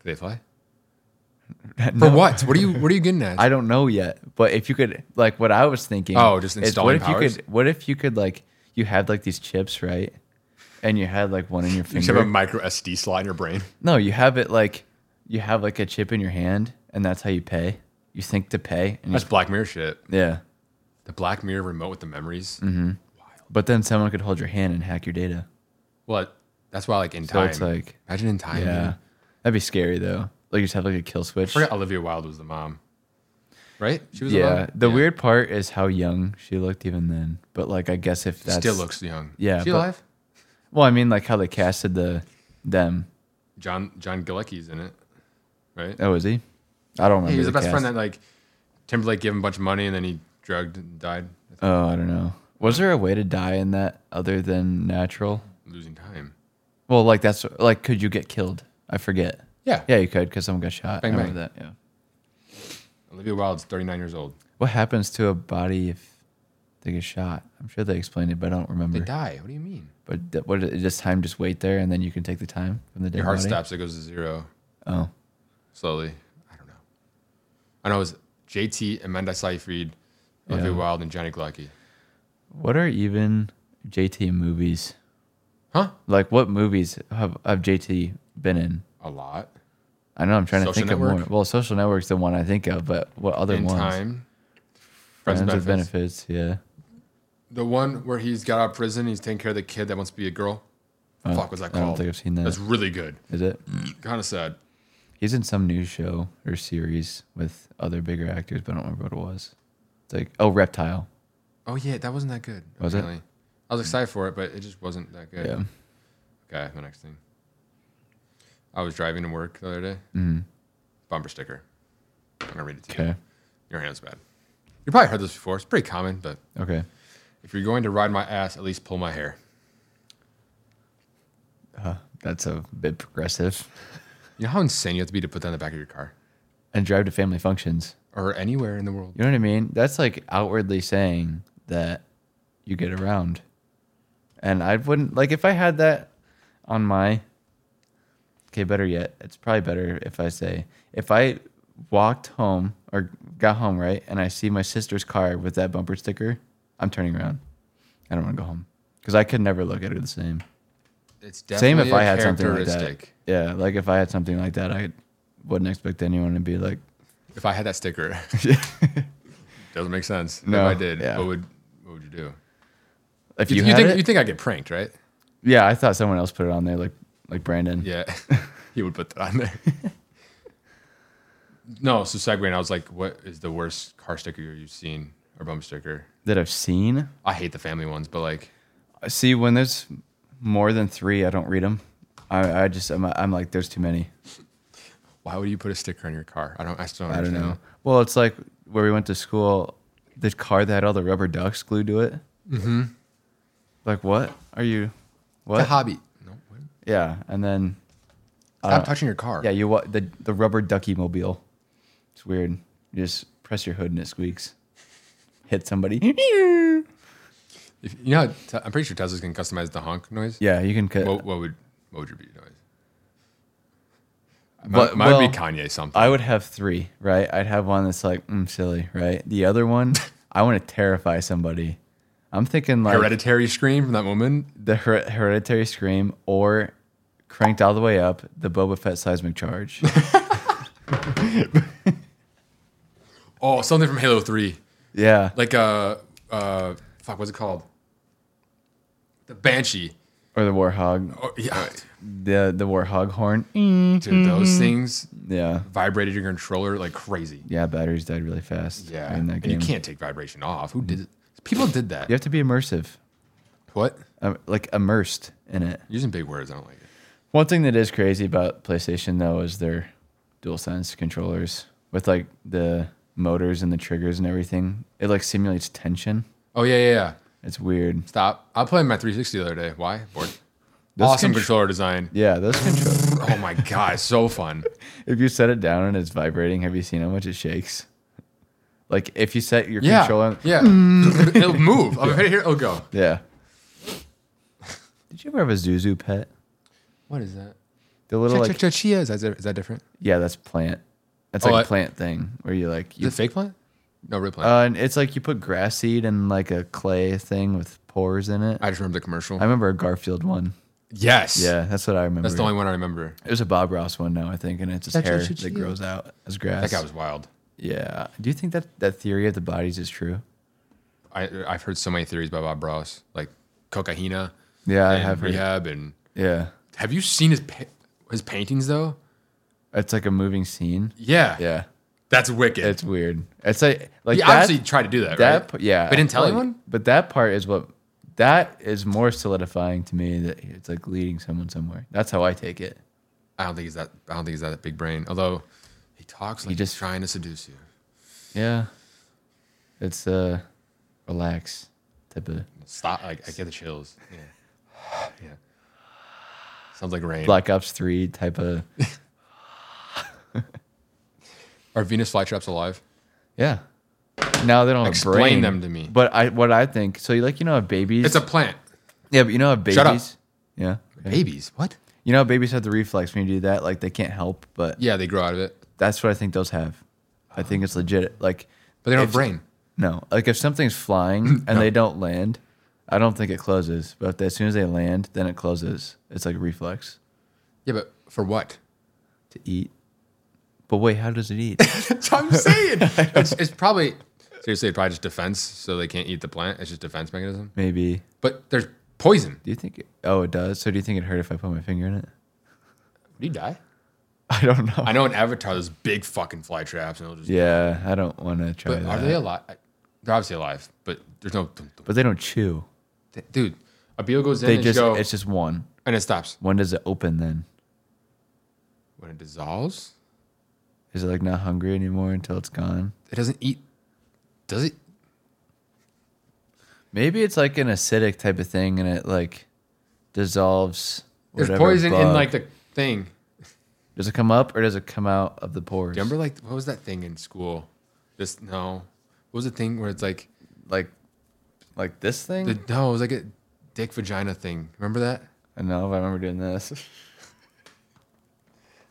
Speaker 1: Do they fly? For
Speaker 2: No,
Speaker 1: what? What are you what are you getting at?
Speaker 2: i don't know yet but if you could like what i was thinking
Speaker 1: Oh, just
Speaker 2: is
Speaker 1: installing
Speaker 2: what if
Speaker 1: powers?
Speaker 2: you could what if you could like you had like these chips right and you had like one in your
Speaker 1: you
Speaker 2: finger Mm.
Speaker 1: should have a micro SD slot in your brain.
Speaker 2: No, you have it like you have like a chip in your hand, and that's how you pay. You think to pay, and you,
Speaker 1: That's Black Mirror shit.
Speaker 2: yeah.
Speaker 1: The Black
Speaker 2: Mm-hmm.
Speaker 1: Mirror remote with the memories.
Speaker 2: But then someone could hold your hand and hack your data.
Speaker 1: What? That's why, like in
Speaker 2: So
Speaker 1: time,
Speaker 2: it's like,
Speaker 1: imagine in time.
Speaker 2: yeah,
Speaker 1: Yeah,
Speaker 2: that'd be scary though. Like you just have like a kill switch.
Speaker 1: I forgot Olivia Wilde was the mom, right? She was The,
Speaker 2: yeah.
Speaker 1: mom?
Speaker 2: The
Speaker 1: Yeah.
Speaker 2: weird part is how young she looked even then. But like, I guess if
Speaker 1: She
Speaker 2: that's
Speaker 1: still looks young.
Speaker 2: Yeah,
Speaker 1: she
Speaker 2: but-
Speaker 1: alive?
Speaker 2: well, I mean, like how they casted the them.
Speaker 1: John John Galecki's in it, right?
Speaker 2: Oh, is he? I don't remember.
Speaker 1: he was the
Speaker 2: the
Speaker 1: best
Speaker 2: cast.
Speaker 1: friend that like Timberlake gave him a bunch of money and then he drugged and died.
Speaker 2: Oh, I don't know. Was there a way to die in that other than natural?
Speaker 1: Losing time.
Speaker 2: Well, like that's like, could you get killed? I forget.
Speaker 1: Yeah.
Speaker 2: Yeah, you could because someone got shot.
Speaker 1: Bang,
Speaker 2: I remember
Speaker 1: bang.
Speaker 2: that. Yeah.
Speaker 1: Olivia Wilde's 39 years old.
Speaker 2: What happens to a body if they get shot? I'm sure they explained it, but I don't remember.
Speaker 1: They die. What do you mean?
Speaker 2: But th- what is this time? Just wait there, and then you can take the time from the dead
Speaker 1: Your heart
Speaker 2: body?
Speaker 1: stops. It goes to zero
Speaker 2: Oh,
Speaker 1: slowly. I don't know. I know it was JT, Amanda Seyfried, Olivia
Speaker 2: Yeah.
Speaker 1: Wilde, and Johnny Galecki.
Speaker 2: what are even JT movies?
Speaker 1: Huh?
Speaker 2: Like, what movies have, have JT been in?
Speaker 1: A lot.
Speaker 2: I know I'm trying
Speaker 1: Social
Speaker 2: to think of
Speaker 1: Network?
Speaker 2: more. Well, Social Network's the one I think of, but what other
Speaker 1: In
Speaker 2: ones?
Speaker 1: time.
Speaker 2: Friends, with
Speaker 1: benefits.
Speaker 2: benefits. Yeah.
Speaker 1: The one where he's got out of prison, he's taking care of the kid that wants to be a girl.
Speaker 2: Oh,
Speaker 1: Fuck, was that
Speaker 2: I
Speaker 1: called?
Speaker 2: don't think I've seen that.
Speaker 1: That's really good.
Speaker 2: Is it?
Speaker 1: Kind of sad.
Speaker 2: He's in some new show or series with other bigger actors, but I don't remember what it was. It's like oh, Reptile.
Speaker 1: Oh yeah, that wasn't that good.
Speaker 2: Was it?
Speaker 1: I was excited for it, but it just wasn't that good.
Speaker 2: Yeah.
Speaker 1: Okay, the next thing. I was driving to work the other day. Bumper sticker. I'm gonna read it to you.
Speaker 2: Mm-hmm. Okay.
Speaker 1: Your hand's bad. You probably heard this before. It's pretty common, but
Speaker 2: Okay.
Speaker 1: if you're going to ride my ass, at least pull my hair.
Speaker 2: That's a bit progressive.
Speaker 1: You know how insane you have to be to put that in the back of your car
Speaker 2: And drive to family functions.
Speaker 1: or anywhere in the world.
Speaker 2: You know what I mean? That's like outwardly saying that you get around. And I wouldn't like if I had that on my Okay, better yet, it's probably better if I say if I walked home or got home, right, and I see my sister's car with that bumper sticker, I'm turning around. I don't want to go home because I could never look at her the same.
Speaker 1: It's definitely
Speaker 2: Same if I
Speaker 1: a
Speaker 2: had something like that.
Speaker 1: characteristic.
Speaker 2: Yeah, like if I had something like that, I wouldn't expect anyone to be like,
Speaker 1: If I had that sticker, doesn't make sense.
Speaker 2: No,
Speaker 1: if I did,
Speaker 2: yeah.
Speaker 1: what would what would you do?
Speaker 2: if
Speaker 1: You,
Speaker 2: you,
Speaker 1: you
Speaker 2: had
Speaker 1: think
Speaker 2: it-
Speaker 1: you think I get pranked, right?
Speaker 2: Yeah, I thought someone else put it on there, like like Brandon.
Speaker 1: Yeah, he would put that on there. no, so segueing, I was like, what is the worst car sticker you've seen or bumper sticker?
Speaker 2: That I've seen.
Speaker 1: I hate the family ones, but like,
Speaker 2: I See, when there's more than three, I don't read them. I, I just I'm, I'm like, there's too many.
Speaker 1: why would you put a sticker on your car? I don't, I still don't
Speaker 2: I don't
Speaker 1: understand.
Speaker 2: know. Well, it's like where we went to school. The car that had all the rubber ducks glued to it. Mm-hmm. Like what are you?
Speaker 1: The
Speaker 2: What?
Speaker 1: hobby. No, what?
Speaker 2: yeah, and then
Speaker 1: stop touching your car.
Speaker 2: Uh, yeah, you wa- the the rubber ducky mobile. It's weird. You just press your hood and it squeaks. Hit somebody.
Speaker 1: If, you know, i I'm pretty sure Teslas can customize the honk noise.
Speaker 2: yeah, you can cut.
Speaker 1: What, what would what would your be noise?
Speaker 2: But-
Speaker 1: Mine mine would be
Speaker 2: well,
Speaker 1: Kanye something.
Speaker 2: I would have three, right? I'd have one that's like, mm, silly, right? The other one, I want to terrify somebody. I'm thinking like
Speaker 1: Hereditary scream from that woman.
Speaker 2: the her- hereditary scream or cranked all the way up the Boba Fett seismic charge.
Speaker 1: Oh, something from Halo Three.
Speaker 2: yeah.
Speaker 1: Like uh uh fuck, what's it called? The Banshee.
Speaker 2: Or the warhog,
Speaker 1: Oh, yeah.
Speaker 2: the the warhog horn.
Speaker 1: Dude, those things
Speaker 2: Yeah.
Speaker 1: vibrated your controller like crazy.
Speaker 2: Yeah, batteries died really fast.
Speaker 1: Yeah.
Speaker 2: In that
Speaker 1: And
Speaker 2: game. Mm-hmm.
Speaker 1: you can't take vibration off. Who did it? People did that.
Speaker 2: You have to be immersive,
Speaker 1: What?
Speaker 2: um, like immersed in it.
Speaker 1: Using big words, I don't like it.
Speaker 2: One thing that is crazy about PlayStation though is their DualSense controllers with like the motors and the triggers and everything. It like simulates tension.
Speaker 1: Oh yeah, yeah, yeah.
Speaker 2: It's weird.
Speaker 1: Stop. I played my 360 the other day. Why? Bored.
Speaker 2: Those
Speaker 1: awesome
Speaker 2: contr-
Speaker 1: controller design.
Speaker 2: Yeah, those controls.
Speaker 1: Oh my god, it's so fun.
Speaker 2: if you set it down and it's vibrating, have you seen how much it shakes? Like if you set your
Speaker 1: Yeah.
Speaker 2: controller,
Speaker 1: Yeah. it'll move. I'll hit it here, it'll go.
Speaker 2: yeah. Did you ever have a Zuzu pet?
Speaker 1: What is that?
Speaker 2: The little like
Speaker 1: Chia is that is that different?
Speaker 2: yeah, that's plant. That's
Speaker 1: Oh,
Speaker 2: like
Speaker 1: I-
Speaker 2: a plant thing where you like
Speaker 1: Is
Speaker 2: you
Speaker 1: it fake plant? No, real plant.
Speaker 2: Uh, and it's like you put grass seed in like a clay thing with pores in it. I,
Speaker 1: I just remember the commercial.
Speaker 2: remember a Garfield one.
Speaker 1: yes.
Speaker 2: Yeah, that's what I remember.
Speaker 1: That's the only one I remember.
Speaker 2: It was a Bob Ross one now, I think, and it's his
Speaker 1: That's
Speaker 2: hair
Speaker 1: what she-
Speaker 2: that grows out as grass.
Speaker 1: That guy was wild.
Speaker 2: yeah. Do you think that that theory of the bodies is true?
Speaker 1: I, I've heard so many theories about Bob Ross, like cocaine,
Speaker 2: Yeah, I
Speaker 1: and
Speaker 2: have heard.
Speaker 1: rehab, and
Speaker 2: Yeah,
Speaker 1: Have you seen his pa- his paintings though?
Speaker 2: It's like a moving scene.
Speaker 1: Yeah,
Speaker 2: Yeah,
Speaker 1: that's wicked.
Speaker 2: it's weird. It's like like
Speaker 1: he
Speaker 2: that,
Speaker 1: obviously tried to do that,
Speaker 2: that
Speaker 1: right?
Speaker 2: p- yeah.
Speaker 1: But didn't tell
Speaker 2: Like,
Speaker 1: anyone?
Speaker 2: But that part is what that is more solidifying to me that it's like leading someone somewhere. That's how I take it.
Speaker 1: I don't think he's that. I don't think he's that big brain. Although he talks like
Speaker 2: just-
Speaker 1: he's trying to seduce you.
Speaker 2: Yeah, it's uh relax type of
Speaker 1: Stop! Like I get the chills. Yeah, yeah. Sounds like rain.
Speaker 2: Black Ops Three type of
Speaker 1: Are Venus flytraps alive?
Speaker 2: yeah. Now they don't have
Speaker 1: Explain
Speaker 2: brain,
Speaker 1: them to me.
Speaker 2: But I what I think so you like you know how babies
Speaker 1: It's a plant.
Speaker 2: yeah but you know how babies
Speaker 1: Shut up.
Speaker 2: yeah
Speaker 1: Babies? What?
Speaker 2: you know how babies have the reflex when you do that like they can't help but
Speaker 1: Yeah, they grow out of it,
Speaker 2: That's what I think those have. I think it's legit. Like,
Speaker 1: but they don't have
Speaker 2: If-
Speaker 1: brain.
Speaker 2: no, like if something's flying and they don't land, I don't think it closes. But if- as soon as they land, then it closes. It's like a reflex
Speaker 1: Yeah, but for what?
Speaker 2: to eat. But wait, how does it eat?
Speaker 1: That's what I'm saying. it's, it's probably seriously it's probably just defense, so they can't eat the plant. It's just defense mechanism.
Speaker 2: Maybe.
Speaker 1: But there's poison.
Speaker 2: Do you think? It, oh, it does. So do you think it hurt if I put my finger in it?
Speaker 1: Would he die?
Speaker 2: I don't know.
Speaker 1: I know in Avatar there's big fucking fly traps, and it'll just.
Speaker 2: yeah, I don't want to try
Speaker 1: But
Speaker 2: that.
Speaker 1: are they alive? They're obviously alive, but there's no.
Speaker 2: but they don't chew.
Speaker 1: Dude, a beetle goes in
Speaker 2: They
Speaker 1: and
Speaker 2: just.
Speaker 1: go,
Speaker 2: It's just one.
Speaker 1: and it stops
Speaker 2: When does it open? Then
Speaker 1: when it dissolves.
Speaker 2: is it like not hungry anymore until it's gone?
Speaker 1: It doesn't eat. Does it?
Speaker 2: Maybe it's like an acidic type of thing, and it like dissolves.
Speaker 1: There's
Speaker 2: whatever
Speaker 1: poison in
Speaker 2: bug.
Speaker 1: like the thing.
Speaker 2: Does it come up or does it come out of the pores?
Speaker 1: Do you remember like what was that thing in school? This no, what was the thing where it's like
Speaker 2: Like, like this thing?
Speaker 1: the, no, it was like a dick vagina thing. Remember that?
Speaker 2: I know if I remember doing this.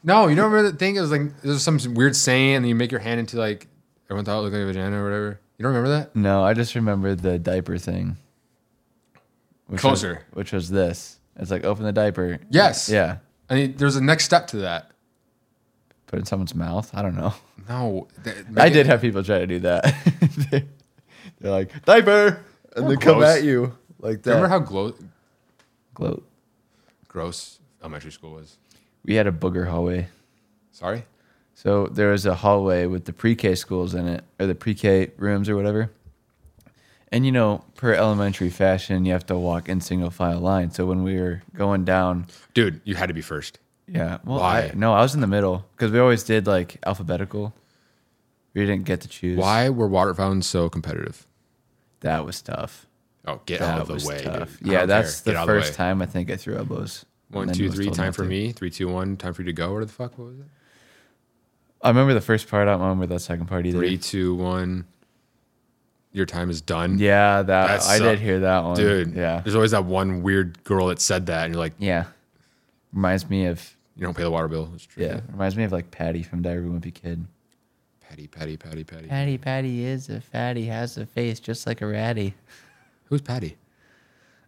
Speaker 1: No, you don't remember that thing. It was like there's some weird saying, and you make your hand into like everyone thought it looked like a vagina or whatever. You don't remember that?
Speaker 2: No, I just remember the diaper thing. Which
Speaker 1: Closer.
Speaker 2: Was, which was this? It's like open the diaper.
Speaker 1: Yes.
Speaker 2: Yeah.
Speaker 1: I mean, there's a next step to that.
Speaker 2: Put it in someone's mouth. I don't know.
Speaker 1: No, that-
Speaker 2: I did have people try to do that. they're, they're like diaper, and they come
Speaker 1: gross.
Speaker 2: at you like that.
Speaker 1: Remember how glo-
Speaker 2: Gloat.
Speaker 1: gross elementary school was?
Speaker 2: We had a booger hallway.
Speaker 1: Sorry.
Speaker 2: So there was a hallway with the pre-K schools in it, or the pre-K rooms, or whatever. And you know, per elementary fashion, you have to walk in single file line. So when we were going down,
Speaker 1: Dude, you had to be first.
Speaker 2: yeah, well,
Speaker 1: Why?
Speaker 2: I, no, I was in the middle because we always did like alphabetical. We didn't get to choose.
Speaker 1: Why were water fountains so competitive?
Speaker 2: That was tough.
Speaker 1: Oh, get
Speaker 2: That
Speaker 1: out of the
Speaker 2: was
Speaker 1: way.
Speaker 2: tough.
Speaker 1: dude. I don't
Speaker 2: Yeah,
Speaker 1: care.
Speaker 2: that's
Speaker 1: Get
Speaker 2: the
Speaker 1: out of
Speaker 2: first
Speaker 1: way.
Speaker 2: time I think I threw elbows. And
Speaker 1: One,
Speaker 2: then
Speaker 1: two,
Speaker 2: was
Speaker 1: three.
Speaker 2: told
Speaker 1: Time
Speaker 2: not
Speaker 1: for
Speaker 2: to.
Speaker 1: me. Three, two, one. Time for you to go. What the fuck what was it?
Speaker 2: I remember the first part. I don't remember the second part either.
Speaker 1: Three, two, one. Your time is done.
Speaker 2: Yeah, that,
Speaker 1: That
Speaker 2: I did
Speaker 1: sucked.
Speaker 2: hear that one,
Speaker 1: dude.
Speaker 2: Yeah,
Speaker 1: There's always that one weird girl that said that, and you're like,
Speaker 2: yeah. Reminds me of
Speaker 1: you don't pay the water bill. It's true.
Speaker 2: Yeah, reminds me of like Patty from Diary of a Wimpy Kid.
Speaker 1: Patty, Patty, Patty, Patty.
Speaker 2: Patty, Patty is a fatty, has a face just like a ratty.
Speaker 1: Who's Patty?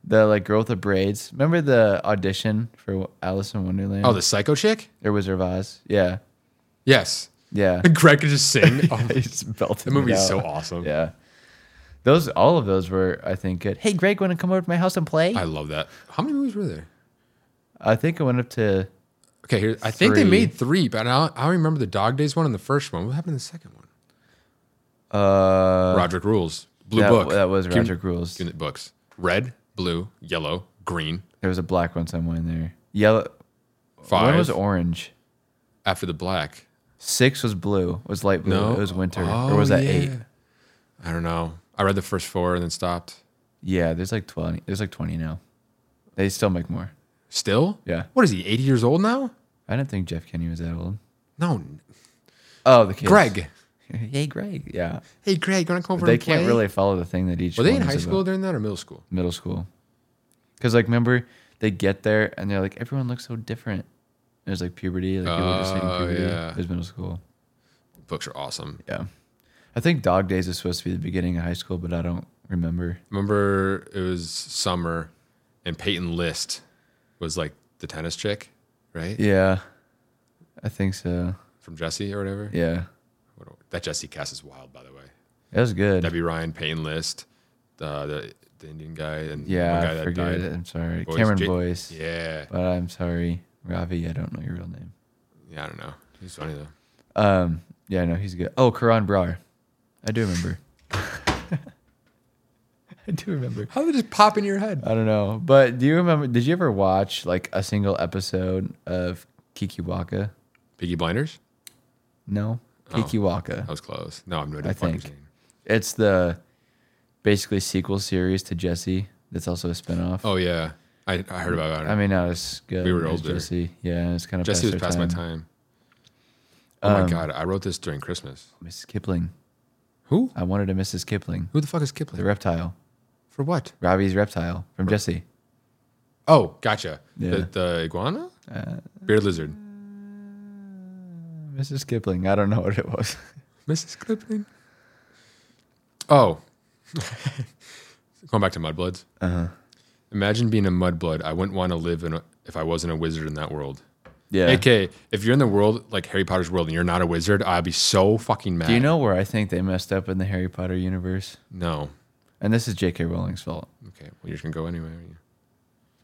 Speaker 2: The like girl with the braids. Remember the audition for Alice in Wonderland?
Speaker 1: Oh, the psycho chick.
Speaker 2: or was her Vaz? Yeah,
Speaker 1: Yes.
Speaker 2: yeah.
Speaker 1: Greg could just sing. Oh,
Speaker 2: He's belted.
Speaker 1: the
Speaker 2: it
Speaker 1: movie is
Speaker 2: out.
Speaker 1: so awesome.
Speaker 2: Yeah, those all of those were I think good. Hey, Greg, want to come over to my house and play?
Speaker 1: I
Speaker 2: I,
Speaker 1: love that. How many movies were there?
Speaker 2: think it went up to
Speaker 1: Okay, here. I think they
Speaker 2: Three.
Speaker 1: made three, but I don't, I don't remember the Dog Days one and the first one. What happened in the second one?
Speaker 2: uh
Speaker 1: Roderick Rules. Blue
Speaker 2: that,
Speaker 1: Book.
Speaker 2: That was
Speaker 1: Cun-
Speaker 2: Roger Rules.
Speaker 1: Unit books. Red, blue, yellow, green,
Speaker 2: There was a black one somewhere in there. Yellow.
Speaker 1: five.
Speaker 2: One was orange.
Speaker 1: after the black.
Speaker 2: Six was blue. Was light blue.
Speaker 1: No.
Speaker 2: It was winter.
Speaker 1: Oh,
Speaker 2: or was that
Speaker 1: yeah.
Speaker 2: eight?
Speaker 1: I don't know. I read the first four and then stopped.
Speaker 2: Yeah, there's like twenty. There's like twenty now. They still make more.
Speaker 1: Still?
Speaker 2: Yeah.
Speaker 1: What is he, 80 years old now?
Speaker 2: I didn't think Jeff Kenny was that old.
Speaker 1: No.
Speaker 2: Oh, the kids.
Speaker 1: Greg.
Speaker 2: hey, Greg. Yeah.
Speaker 1: Hey, Greg, you want to come over
Speaker 2: they
Speaker 1: and
Speaker 2: can't
Speaker 1: play?
Speaker 2: really follow the thing that each.
Speaker 1: Were they
Speaker 2: one
Speaker 1: in high
Speaker 2: is
Speaker 1: school
Speaker 2: about.
Speaker 1: during that or middle school?
Speaker 2: Middle school. Because like, remember they get there and they're like, everyone looks so different. It was like puberty. Like people were just
Speaker 1: Oh,
Speaker 2: hitting puberty.
Speaker 1: yeah.
Speaker 2: It was middle school.
Speaker 1: Books are awesome.
Speaker 2: Yeah. I think Dog Days is supposed to be the beginning of high school, but I don't remember.
Speaker 1: Remember, it was summer and Peyton List was like the tennis chick, right?
Speaker 2: Yeah. I think so.
Speaker 1: From Jesse or whatever.
Speaker 2: Yeah.
Speaker 1: What- That Jesse cast is wild, by the way.
Speaker 2: That was good.
Speaker 1: Debbie Ryan, Peyton List, uh, the the Indian guy and the
Speaker 2: Yeah,
Speaker 1: one guy
Speaker 2: I
Speaker 1: that
Speaker 2: forget
Speaker 1: died.
Speaker 2: it. I'm sorry,
Speaker 1: Boyce,
Speaker 2: Cameron
Speaker 1: J-
Speaker 2: Boyce.
Speaker 1: Yeah,
Speaker 2: But I'm sorry, Ravi. I don't know your real name.
Speaker 1: yeah, I don't know. He's funny though.
Speaker 2: Um, yeah, no, he's good. Oh, Karan Brar. I do remember. I do remember.
Speaker 1: How did it just pop in your head?
Speaker 2: I don't know. But do you remember? Did you ever watch like a single episode of Kiki Waka?
Speaker 1: Piggy Blinders.
Speaker 2: No,
Speaker 1: Oh.
Speaker 2: Kiki Waka.
Speaker 1: That was close. No, I'm not.
Speaker 2: I think. It's the basically sequel series to Jesse. That's also a spinoff.
Speaker 1: Oh yeah, I, I heard about it.
Speaker 2: I mean, not as good.
Speaker 1: We were
Speaker 2: as
Speaker 1: older.
Speaker 2: Jesse. Yeah, it's kind of
Speaker 1: Jesse was
Speaker 2: our
Speaker 1: past my time. Oh
Speaker 2: Um,
Speaker 1: my god, I wrote this during Christmas.
Speaker 2: Mrs. Kipling.
Speaker 1: Who?
Speaker 2: I wanted a Mrs. Kipling,
Speaker 1: Who the fuck is
Speaker 2: the
Speaker 1: Kipling?
Speaker 2: reptile.
Speaker 1: For what?
Speaker 2: Robbie's reptile from Jesse.
Speaker 1: Oh, gotcha.
Speaker 2: Yeah.
Speaker 1: The, the iguana?
Speaker 2: Uh,
Speaker 1: Beard lizard.
Speaker 2: Mrs. Kipling. I don't know what it was.
Speaker 1: Mrs. Kipling. Oh. Going back to mudbloods.
Speaker 2: Uh-huh.
Speaker 1: Imagine being a mudblood. I wouldn't want to live in a, if I wasn't a wizard in that world.
Speaker 2: Yeah.
Speaker 1: Okay, if you're in the world like Harry Potter's world and you're not a wizard, I'd be so fucking mad.
Speaker 2: Do you know where I think they messed up in the Harry Potter universe?
Speaker 1: No.
Speaker 2: And this is J.K. Rowling's fault.
Speaker 1: Okay. Well, you're just gonna go anyway. aren't you?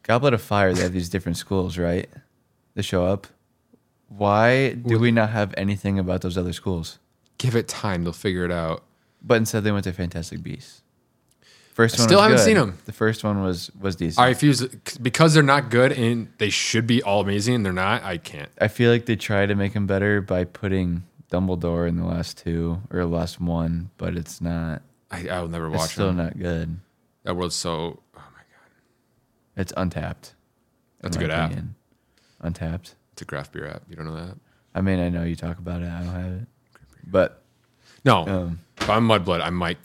Speaker 2: Goblet of Fire, they have these different schools, right? They show up. Why do we not have anything about those other schools?
Speaker 1: Give it time. They'll figure it out.
Speaker 2: But instead, they went to Fantastic Beasts. First
Speaker 1: I
Speaker 2: one
Speaker 1: still
Speaker 2: was
Speaker 1: haven't
Speaker 2: good.
Speaker 1: seen 'em.
Speaker 2: The first one was was decent.
Speaker 1: I refuse because they're not good and they should be all amazing and they're not. I can't.
Speaker 2: I feel like they try to make him better by putting Dumbledore in the last two or last one, but it's not.
Speaker 1: I, I will never
Speaker 2: It's
Speaker 1: watch
Speaker 2: still
Speaker 1: them.
Speaker 2: not good.
Speaker 1: That world's so. Oh my god.
Speaker 2: It's untapped.
Speaker 1: That's
Speaker 2: in
Speaker 1: a
Speaker 2: my
Speaker 1: good app.
Speaker 2: Untapped.
Speaker 1: It's a craft beer app. You don't know that?
Speaker 2: I mean, I know you talk about it. I don't have it, but
Speaker 1: No.
Speaker 2: um,
Speaker 1: If I'm mudblood, I might.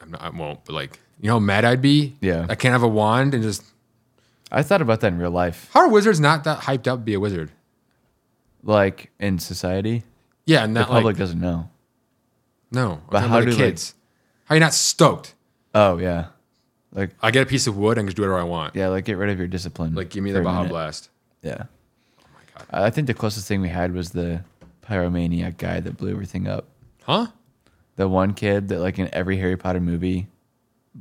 Speaker 1: I'm not. I won't. But like, you know, how mad I'd be.
Speaker 2: Yeah.
Speaker 1: I can't have a wand and just.
Speaker 2: I thought about that in real life,
Speaker 1: How are wizards not that hyped up to be a wizard?
Speaker 2: like in society.
Speaker 1: Yeah, and
Speaker 2: The
Speaker 1: that
Speaker 2: public
Speaker 1: like
Speaker 2: doesn't know.
Speaker 1: no. I'm
Speaker 2: But
Speaker 1: talking
Speaker 2: how
Speaker 1: about the
Speaker 2: do, like-
Speaker 1: kids? how are you not stoked?
Speaker 2: Oh yeah, like
Speaker 1: I get a piece of wood and just do whatever I want.
Speaker 2: yeah, like get rid of your discipline.
Speaker 1: Like, give me
Speaker 2: for
Speaker 1: the
Speaker 2: a
Speaker 1: Baja
Speaker 2: minute.
Speaker 1: Blast.
Speaker 2: Yeah,
Speaker 1: Oh my god.
Speaker 2: I I think the closest thing we had was the pyromaniac guy that blew everything up.
Speaker 1: Huh?
Speaker 2: The one kid that like in every Harry Potter movie,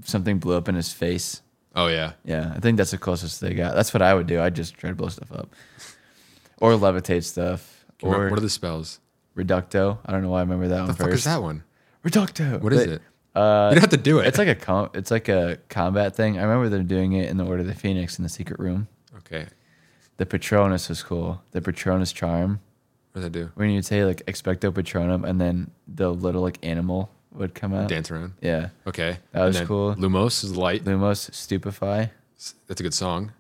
Speaker 2: something blew up in his face.
Speaker 1: Oh yeah.
Speaker 2: Yeah, I think that's the closest they got. That's what I would do. I would just try to blow stuff up, or levitate stuff,
Speaker 1: Or,
Speaker 2: or
Speaker 1: what are the spells?
Speaker 2: reducto. I don't know why I remember that one
Speaker 1: The
Speaker 2: first.
Speaker 1: fuck is that one?
Speaker 2: Reducto.
Speaker 1: What is
Speaker 2: But,
Speaker 1: it?
Speaker 2: Uh,
Speaker 1: you don't have to do it.
Speaker 2: it's like a com- it's like a combat thing. I remember them doing it in the Order of the Phoenix in the secret room.
Speaker 1: okay.
Speaker 2: The Patronus was cool. The Patronus charm.
Speaker 1: What does that do?
Speaker 2: When you'd say like expecto patronum and then the little like animal would come out.
Speaker 1: Dance around.
Speaker 2: Yeah.
Speaker 1: Okay.
Speaker 2: That
Speaker 1: And
Speaker 2: was
Speaker 1: then
Speaker 2: cool.
Speaker 1: Lumos is light.
Speaker 2: Lumos stupefy.
Speaker 1: That's a good song.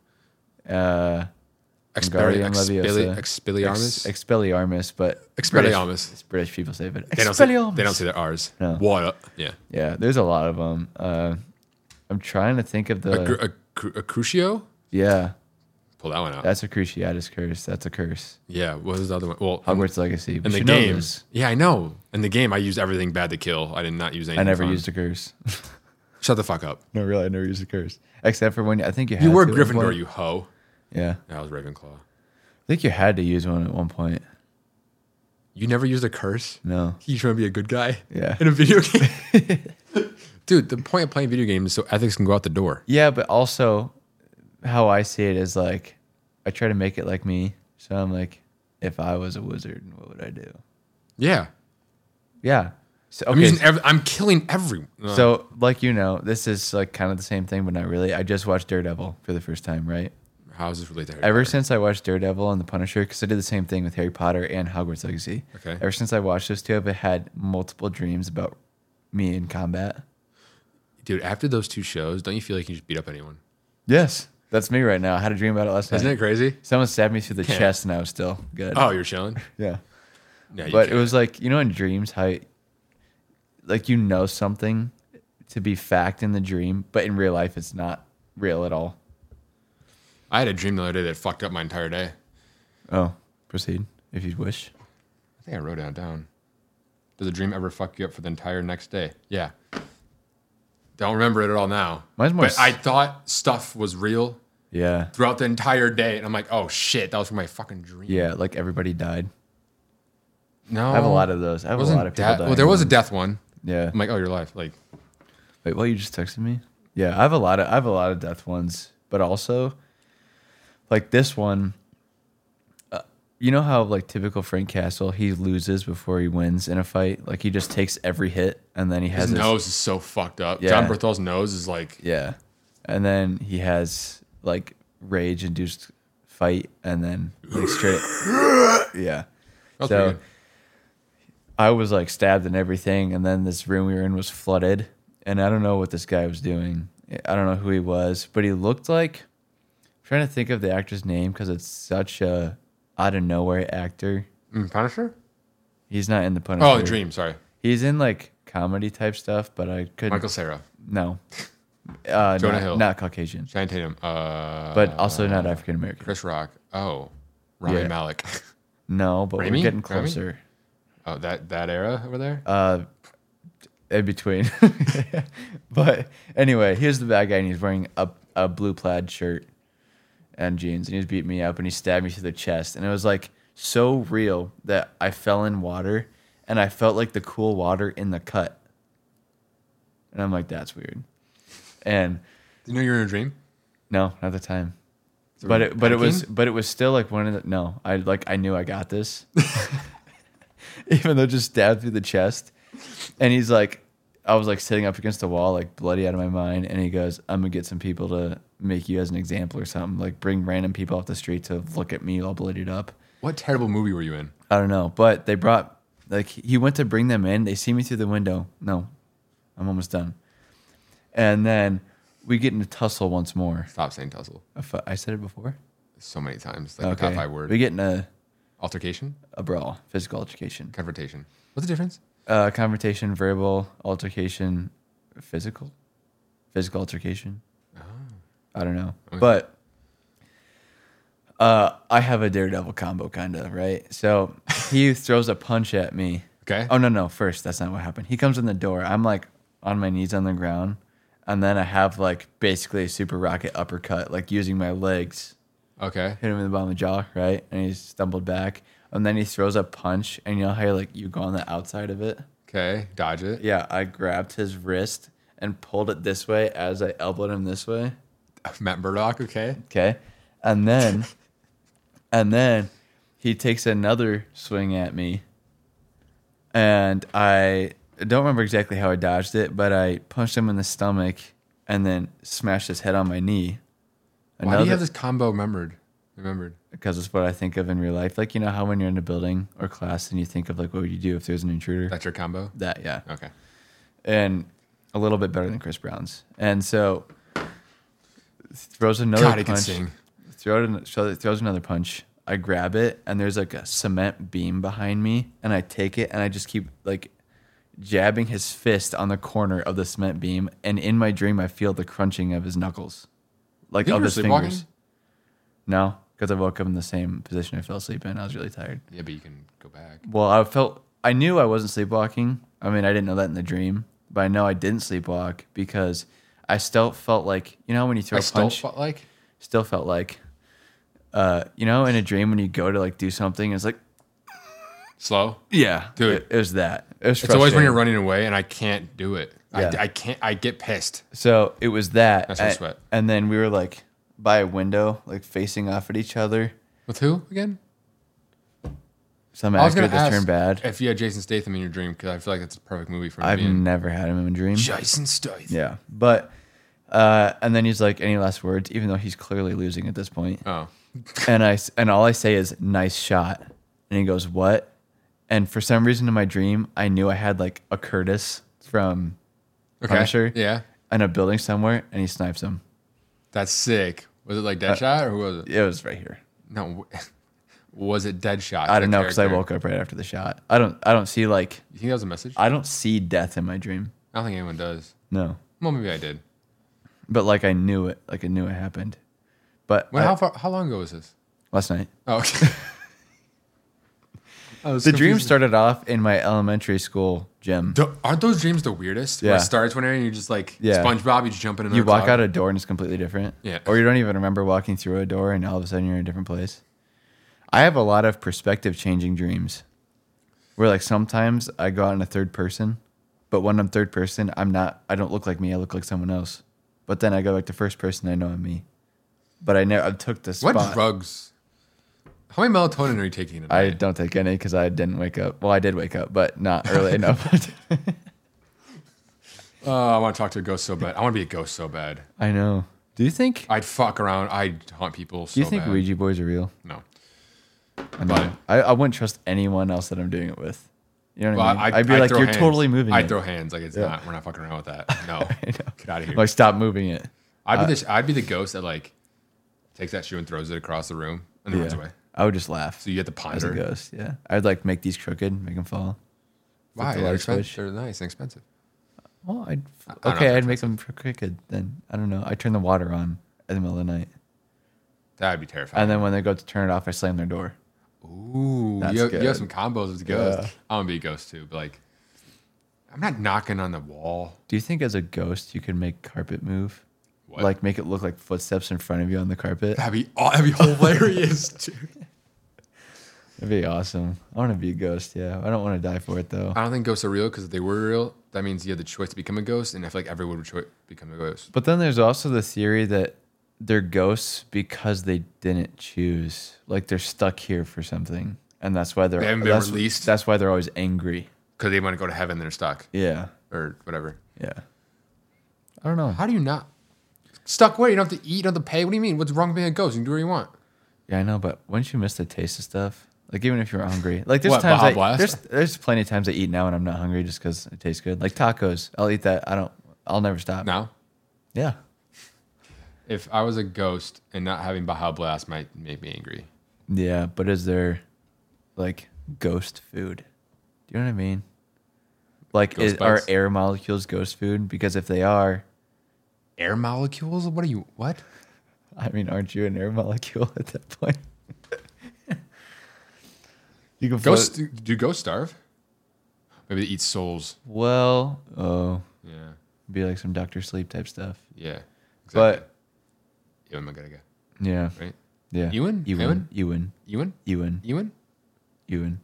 Speaker 2: Uh
Speaker 1: Expelli- Expelli-
Speaker 2: Wingardium Leviosa.
Speaker 1: Expelliarmus.
Speaker 2: Ex- Expelliarmus, but
Speaker 1: Expelliarmus.
Speaker 2: British, British people say it.
Speaker 1: They don't, say, they don't say their R's.
Speaker 2: No.
Speaker 1: What? up? Yeah.
Speaker 2: Yeah, there's a lot of them. Uh, I'm trying to think of the
Speaker 1: A, gr- a, cru- a crucio?
Speaker 2: yeah.
Speaker 1: Pull that one out.
Speaker 2: That's a Cruciatus curse. That's a curse.
Speaker 1: yeah. What was the other one? Well, in-
Speaker 2: Hogwarts Legacy. We
Speaker 1: Um, in the
Speaker 2: should know
Speaker 1: game.
Speaker 2: this.
Speaker 1: Yeah, I know. In the game, I used everything bad to kill. I did not use anything.
Speaker 2: I never
Speaker 1: fun.
Speaker 2: used a curse.
Speaker 1: Shut the fuck up.
Speaker 2: no, really, I never used a curse. Except for when I think you had
Speaker 1: You were
Speaker 2: to at one
Speaker 1: Gryffindor,
Speaker 2: point.
Speaker 1: you hoe.
Speaker 2: Yeah.
Speaker 1: That was Ravenclaw.
Speaker 2: I think you had to use one at one point.
Speaker 1: You never used a curse?
Speaker 2: No.
Speaker 1: You trying to be a good guy?
Speaker 2: Yeah.
Speaker 1: In a video game? Dude, the point of playing video games is so ethics can go out the door.
Speaker 2: Yeah, but also how I see it is like I try to make it like me. So I'm like, if I was a wizard, what would I do?
Speaker 1: Yeah.
Speaker 2: Yeah. So
Speaker 1: I'm,
Speaker 2: okay.
Speaker 1: using every, I'm killing everyone. Uh,
Speaker 2: so like you know, this is like kind of the same thing, but not really. I just watched Daredevil for the first time, right?
Speaker 1: how is this related to Harry
Speaker 2: Ever
Speaker 1: Potter?
Speaker 2: since I watched Daredevil and The Punisher, because I did the same thing with Harry Potter and Hogwarts Legacy.
Speaker 1: Okay.
Speaker 2: Ever since I watched those two, I've had multiple dreams about me in combat.
Speaker 1: Dude, after those two shows, don't you feel like you just beat up anyone?
Speaker 2: Yes, that's me right now. I had a dream about it last night.
Speaker 1: Isn't it crazy?
Speaker 2: Someone stabbed me through the
Speaker 1: Yeah.
Speaker 2: chest, and I was still good.
Speaker 1: Oh, you're chilling?
Speaker 2: yeah.
Speaker 1: Yeah, you
Speaker 2: But it
Speaker 1: can't.
Speaker 2: was like you know in dreams how, like you know something, to be fact in the dream, but in real life it's not real at all.
Speaker 1: I had a dream the other day that fucked up my entire day.
Speaker 2: Oh, proceed if you wish.
Speaker 1: I think I wrote it down. Does a dream ever fuck you up for the entire next day? Yeah. Don't remember it at all now.
Speaker 2: Mine's more
Speaker 1: but
Speaker 2: s-
Speaker 1: I thought stuff was real
Speaker 2: Yeah.
Speaker 1: throughout the entire day, and I'm like, oh shit, that was from my fucking dream.
Speaker 2: Yeah, like everybody died.
Speaker 1: No,
Speaker 2: I have a lot of those. I have a lot of people.
Speaker 1: Well, there was a death one.
Speaker 2: Yeah.
Speaker 1: I'm like, oh, your life. Like,
Speaker 2: Wait, what you just texted me? Yeah, I have a lot of I have a lot of death ones, but also like this one. uh, You know how like typical Frank Castle, he loses before he wins in a fight. Like he just takes every hit, and then he has
Speaker 1: His
Speaker 2: his-
Speaker 1: nose is so fucked up.
Speaker 2: Yeah.
Speaker 1: John Berthold's nose is like
Speaker 2: yeah, and then he has like rage induced fight, and then like straight yeah.
Speaker 1: That's pretty
Speaker 2: so
Speaker 1: good.
Speaker 2: I was like stabbed and everything, and then this room we were in was flooded, and I don't know what this guy was doing. I don't know who he was, but he looked like. I'm trying to think of the actor's name because it's such a out of nowhere actor.
Speaker 1: Mm, Punisher.
Speaker 2: He's not in the Punisher.
Speaker 1: Oh, the Dream. Sorry,
Speaker 2: He's in like comedy type stuff, but I couldn't.
Speaker 1: Michael Sarah,
Speaker 2: No. Uh,
Speaker 1: Jonah
Speaker 2: not,
Speaker 1: Hill.
Speaker 2: not Caucasian,
Speaker 1: Channing Tatum, uh,
Speaker 2: but also not African American.
Speaker 1: Chris Rock. Oh, Rami
Speaker 2: Yeah.
Speaker 1: Malik.
Speaker 2: No, but
Speaker 1: Raimi?
Speaker 2: we're getting
Speaker 1: Raimi?
Speaker 2: closer.
Speaker 1: Oh, that that era over there.
Speaker 2: uh, in between. but anyway, here's the bad guy, and he's wearing a, a blue plaid shirt and jeans, and he's beat me up, and he stabbed me through the chest, and it was like so real that I fell in water, and I felt like the cool water in the cut, and I'm like, that's weird, and
Speaker 1: you know you're in a dream.
Speaker 2: no, not the time. But it, but it was but it was still like one of the no I like I knew I got this, even though just stabbed through the chest, and he's like, I was like sitting up against the wall like bloody out of my mind, and he goes, I'm gonna get some people to make you as an example or something like bring random people off the street to look at me all bloodied up.
Speaker 1: What terrible movie were you in?
Speaker 2: I don't know, but they brought like he went to bring them in. They see me through the window. No, I'm almost done, and then we get in a tussle once more.
Speaker 1: Stop saying tussle.
Speaker 2: A fu- I said it before.
Speaker 1: So many times, like the top five word.
Speaker 2: We get in a,
Speaker 1: Altercation,
Speaker 2: a brawl, physical altercation,
Speaker 1: confrontation. What's the difference?
Speaker 2: uh, confrontation, verbal altercation, physical, physical altercation.
Speaker 1: Oh.
Speaker 2: I don't know, but uh, I have a daredevil combo, kind of right. So he throws a punch at me.
Speaker 1: Okay.
Speaker 2: Oh no, no. First, that's not what happened. He comes in the door. I'm like on my knees on the ground, and then I have like basically a super rocket uppercut, like using my legs
Speaker 1: Okay.
Speaker 2: hit him in the bottom of the jaw, right? And he stumbled back. And then he throws a punch, and you know how you're like you go on the outside of it?
Speaker 1: Okay. Dodge it.
Speaker 2: Yeah, I grabbed his wrist and pulled it this way as I elbowed him this way.
Speaker 1: Matt Murdock. Okay.
Speaker 2: Okay. And then and then he takes another swing at me. And I don't remember exactly how I dodged it, but I punched him in the stomach and then smashed his head on my knee.
Speaker 1: Why do you have this combo remembered? Remembered.
Speaker 2: because it's what I think of in real life. Like you know how when you're in a building or class and you think of like what would you do if there was an intruder?
Speaker 1: That's your combo.
Speaker 2: that yeah,
Speaker 1: Okay.
Speaker 2: and a little bit better than Chris Brown's. And so throws another
Speaker 1: God, he can
Speaker 2: punch.
Speaker 1: sing.
Speaker 2: Throws an- so- throws another punch. I grab it and there's like a cement beam behind me, and I take it and I just keep like jabbing his fist on the corner of the cement beam. And in my dream, I feel the crunching of his knuckles, like
Speaker 1: You
Speaker 2: of
Speaker 1: were
Speaker 2: his
Speaker 1: sleepwalking?
Speaker 2: fingers. No, because I woke up in the same position I fell asleep in. I was really tired.
Speaker 1: Yeah, but you can go back.
Speaker 2: Well, I felt I knew I wasn't sleepwalking. I mean, I didn't know that in the dream, but I know I didn't sleepwalk because I still felt like you know when you throw
Speaker 1: I
Speaker 2: a
Speaker 1: still
Speaker 2: punch,
Speaker 1: felt like.
Speaker 2: still felt like, uh, you know, in a dream when you go to like do something, it's like
Speaker 1: Slow.
Speaker 2: yeah,
Speaker 1: Dude.
Speaker 2: it, it was that. It was
Speaker 1: It's always when
Speaker 2: frustrating.
Speaker 1: you're running away and I can't do it.
Speaker 2: Yeah.
Speaker 1: I, I can't. I get pissed.
Speaker 2: So it was that.
Speaker 1: That's no
Speaker 2: and-
Speaker 1: sweat.
Speaker 2: And then we were like by a window, like facing off at each other.
Speaker 1: With who again?
Speaker 2: Some
Speaker 1: I was
Speaker 2: actor
Speaker 1: gonna ask
Speaker 2: that's turned bad.
Speaker 1: if you had Jason Statham in your dream because I feel like that's a perfect movie for
Speaker 2: I've
Speaker 1: him.
Speaker 2: never had him in a dream.
Speaker 1: Jason Statham.
Speaker 2: Yeah, but uh, and then he's like, "Any last words?" Even though he's clearly losing at this point.
Speaker 1: Oh,
Speaker 2: And I s- and all I say is, "Nice shot." And he goes, "What?" And for some reason in my dream, I knew I had like a Curtis from
Speaker 1: okay.
Speaker 2: Punisher
Speaker 1: Yeah,
Speaker 2: in a building somewhere, and he snipes him.
Speaker 1: that's sick. Was it like
Speaker 2: Uh,
Speaker 1: Deadshot or who was it?
Speaker 2: It was right here.
Speaker 1: No, w- was it Deadshot?
Speaker 2: I don't
Speaker 1: the
Speaker 2: know because I
Speaker 1: character?
Speaker 2: woke up right after the shot. I don't. I don't see like.
Speaker 1: You think that was a message? I,
Speaker 2: I don't see death in my dream.
Speaker 1: don't think anyone does.
Speaker 2: No,
Speaker 1: Well, maybe I did.
Speaker 2: but like I knew it. Like I knew it happened. But
Speaker 1: When,
Speaker 2: I-
Speaker 1: how far? How long ago was this?
Speaker 2: last night.
Speaker 1: Oh, okay. I was
Speaker 2: The dream
Speaker 1: confused.
Speaker 2: started off in my elementary school gym.
Speaker 1: Th- aren't those dreams the weirdest? Where
Speaker 2: Yeah.
Speaker 1: it starts one area and you're just like
Speaker 2: Yeah.
Speaker 1: SpongeBob. You just jump in another.
Speaker 2: You walk
Speaker 1: cloud.
Speaker 2: out a door and it's completely different.
Speaker 1: Yeah.
Speaker 2: Or you don't even remember walking through a door and all of a sudden you're in a different place. I have a lot of perspective changing dreams where, like, sometimes I go out in a third person, but when I'm third person, I'm not, I don't look like me. I look like someone else. But then I go like the first person I know on me. But I never I took the
Speaker 1: What
Speaker 2: spot.
Speaker 1: drugs? How many melatonin are you taking?
Speaker 2: I
Speaker 1: Tonight?
Speaker 2: don't take any because I didn't wake up. Well, I did wake up, but not early enough.
Speaker 1: I, oh, I want to talk to a ghost so bad. I want to be a ghost so bad.
Speaker 2: I know. Do you think?
Speaker 1: I'd fuck around. I'd haunt people. So
Speaker 2: do you think
Speaker 1: bad.
Speaker 2: Ouija boards are real?
Speaker 1: No.
Speaker 2: I know.
Speaker 1: But-
Speaker 2: I, I wouldn't trust anyone else that I'm doing it with. You know what I
Speaker 1: Well,
Speaker 2: mean?
Speaker 1: I,
Speaker 2: I'd be
Speaker 1: I'd
Speaker 2: like,
Speaker 1: throw
Speaker 2: you're
Speaker 1: hands.
Speaker 2: totally moving.
Speaker 1: I'd
Speaker 2: it.
Speaker 1: throw hands. Like it's not. We're not fucking around with that. No. Get out of here.
Speaker 2: Like, uh, stop moving it.
Speaker 1: I'd be the I'd be the ghost that like takes that shoe and throws it across the room and then runs away.
Speaker 2: I would just laugh.
Speaker 1: So you get to
Speaker 2: as a
Speaker 1: ponder
Speaker 2: ghost, yeah. I'd like make these crooked, make them fall.
Speaker 1: why
Speaker 2: the
Speaker 1: they're,
Speaker 2: light
Speaker 1: expen-
Speaker 2: switch.
Speaker 1: they're nice and expensive.
Speaker 2: Well, I'd
Speaker 1: I don't know if
Speaker 2: okay. I'd
Speaker 1: that's
Speaker 2: make them crooked. Then I don't know. I turn the water on in the middle of the night,
Speaker 1: That'd be terrifying.
Speaker 2: and then when they go to turn it off, I slam their door.
Speaker 1: Ooh,
Speaker 2: That's
Speaker 1: you have, you
Speaker 2: good.
Speaker 1: have some combos with the ghost. I want to be a ghost too, but like, I'm not knocking on the wall.
Speaker 2: Do you think as a ghost you could make carpet move?
Speaker 1: What?
Speaker 2: Like make it look like footsteps in front of you on the carpet?
Speaker 1: That'd be aw- that'd be hilarious. dude.
Speaker 2: That'd be awesome. I want to be a ghost. Yeah, I don't want to die for it though.
Speaker 1: I don't think ghosts are real because if they were real, that means you had the choice to become a ghost, and I feel like everyone would cho- become a ghost.
Speaker 2: But then there's also the theory that they're ghosts because they didn't choose. Like they're stuck here for something, and that's why they're
Speaker 1: They haven't been
Speaker 2: that's,
Speaker 1: released?
Speaker 2: That's why they're always angry.
Speaker 1: Because they want to go to heaven, they're stuck
Speaker 2: Yeah,
Speaker 1: or whatever.
Speaker 2: yeah. I don't know.
Speaker 1: How do you not stuck? Where you don't have to eat, you don't have to pay. What do you mean? What's wrong with being a ghost? You can do whatever you want.
Speaker 2: Yeah, I know, but wouldn't you miss the taste of stuff? Like even if you're hungry, like there's
Speaker 1: What,
Speaker 2: times
Speaker 1: Baja
Speaker 2: I,
Speaker 1: Blast?
Speaker 2: there's there's plenty of times I eat now and I'm not hungry just because it tastes good. Like tacos, I'll eat that. I don't. I'll never stop.
Speaker 1: Now,
Speaker 2: Yeah.
Speaker 1: if I was a ghost and not having Baja Blast might make me angry.
Speaker 2: Yeah, but is there like ghost food? Do you know what I mean? Like,
Speaker 1: Ghost
Speaker 2: is, are
Speaker 1: bites?
Speaker 2: air molecules ghost food? Because if they are,
Speaker 1: Air molecules? What are you? What?
Speaker 2: I mean, aren't you an air molecule at that point? you can float-
Speaker 1: Ghosts? Do ghosts starve? Maybe they eat souls.
Speaker 2: Well, oh,
Speaker 1: Yeah.
Speaker 2: be like some Doctor Sleep type stuff.
Speaker 1: Yeah.
Speaker 2: But
Speaker 1: Ewan McGregor,
Speaker 2: yeah,
Speaker 1: right?
Speaker 2: yeah.
Speaker 1: Ewan?
Speaker 2: Ewan, Ewan,
Speaker 1: Ewan?
Speaker 2: Ewan,
Speaker 1: Ewan?
Speaker 2: Ewan,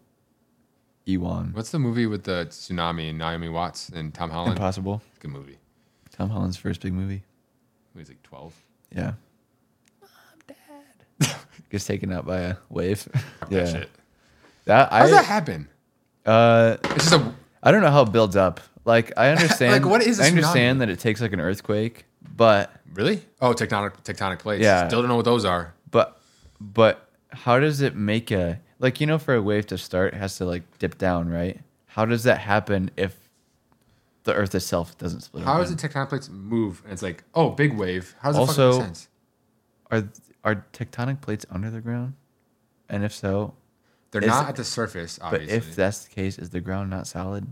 Speaker 2: Ewan.
Speaker 1: What's the movie with the tsunami and Naomi Watts and Tom Holland?
Speaker 2: Impossible.
Speaker 1: It's a good movie.
Speaker 2: Tom Holland's first big movie.
Speaker 1: He was like 12.
Speaker 2: Yeah. Mom, Dad. Gets taken out by a wave. yeah.
Speaker 1: That shit.
Speaker 2: That
Speaker 1: How does that
Speaker 2: I
Speaker 1: happen?
Speaker 2: uh,
Speaker 1: It's just a.
Speaker 2: I don't know how it builds up. Like I understand.
Speaker 1: what is a
Speaker 2: I
Speaker 1: tsunami?
Speaker 2: understand that it takes like an earthquake, but
Speaker 1: Really? Oh, tectonic tectonic plates.
Speaker 2: Yeah.
Speaker 1: Still don't know what those are.
Speaker 2: but but how does it make a like you know for a wave to start it has to like dip down right? How does that happen if the Earth itself doesn't split?
Speaker 1: How
Speaker 2: open?
Speaker 1: does the tectonic plates move? And it's like, oh, big wave. How does that
Speaker 2: Also-
Speaker 1: fucking make sense?
Speaker 2: Are are tectonic plates under the ground? And if so,
Speaker 1: They're
Speaker 2: is-
Speaker 1: not at the surface,
Speaker 2: But
Speaker 1: obviously.
Speaker 2: if that's the case, is the ground not solid?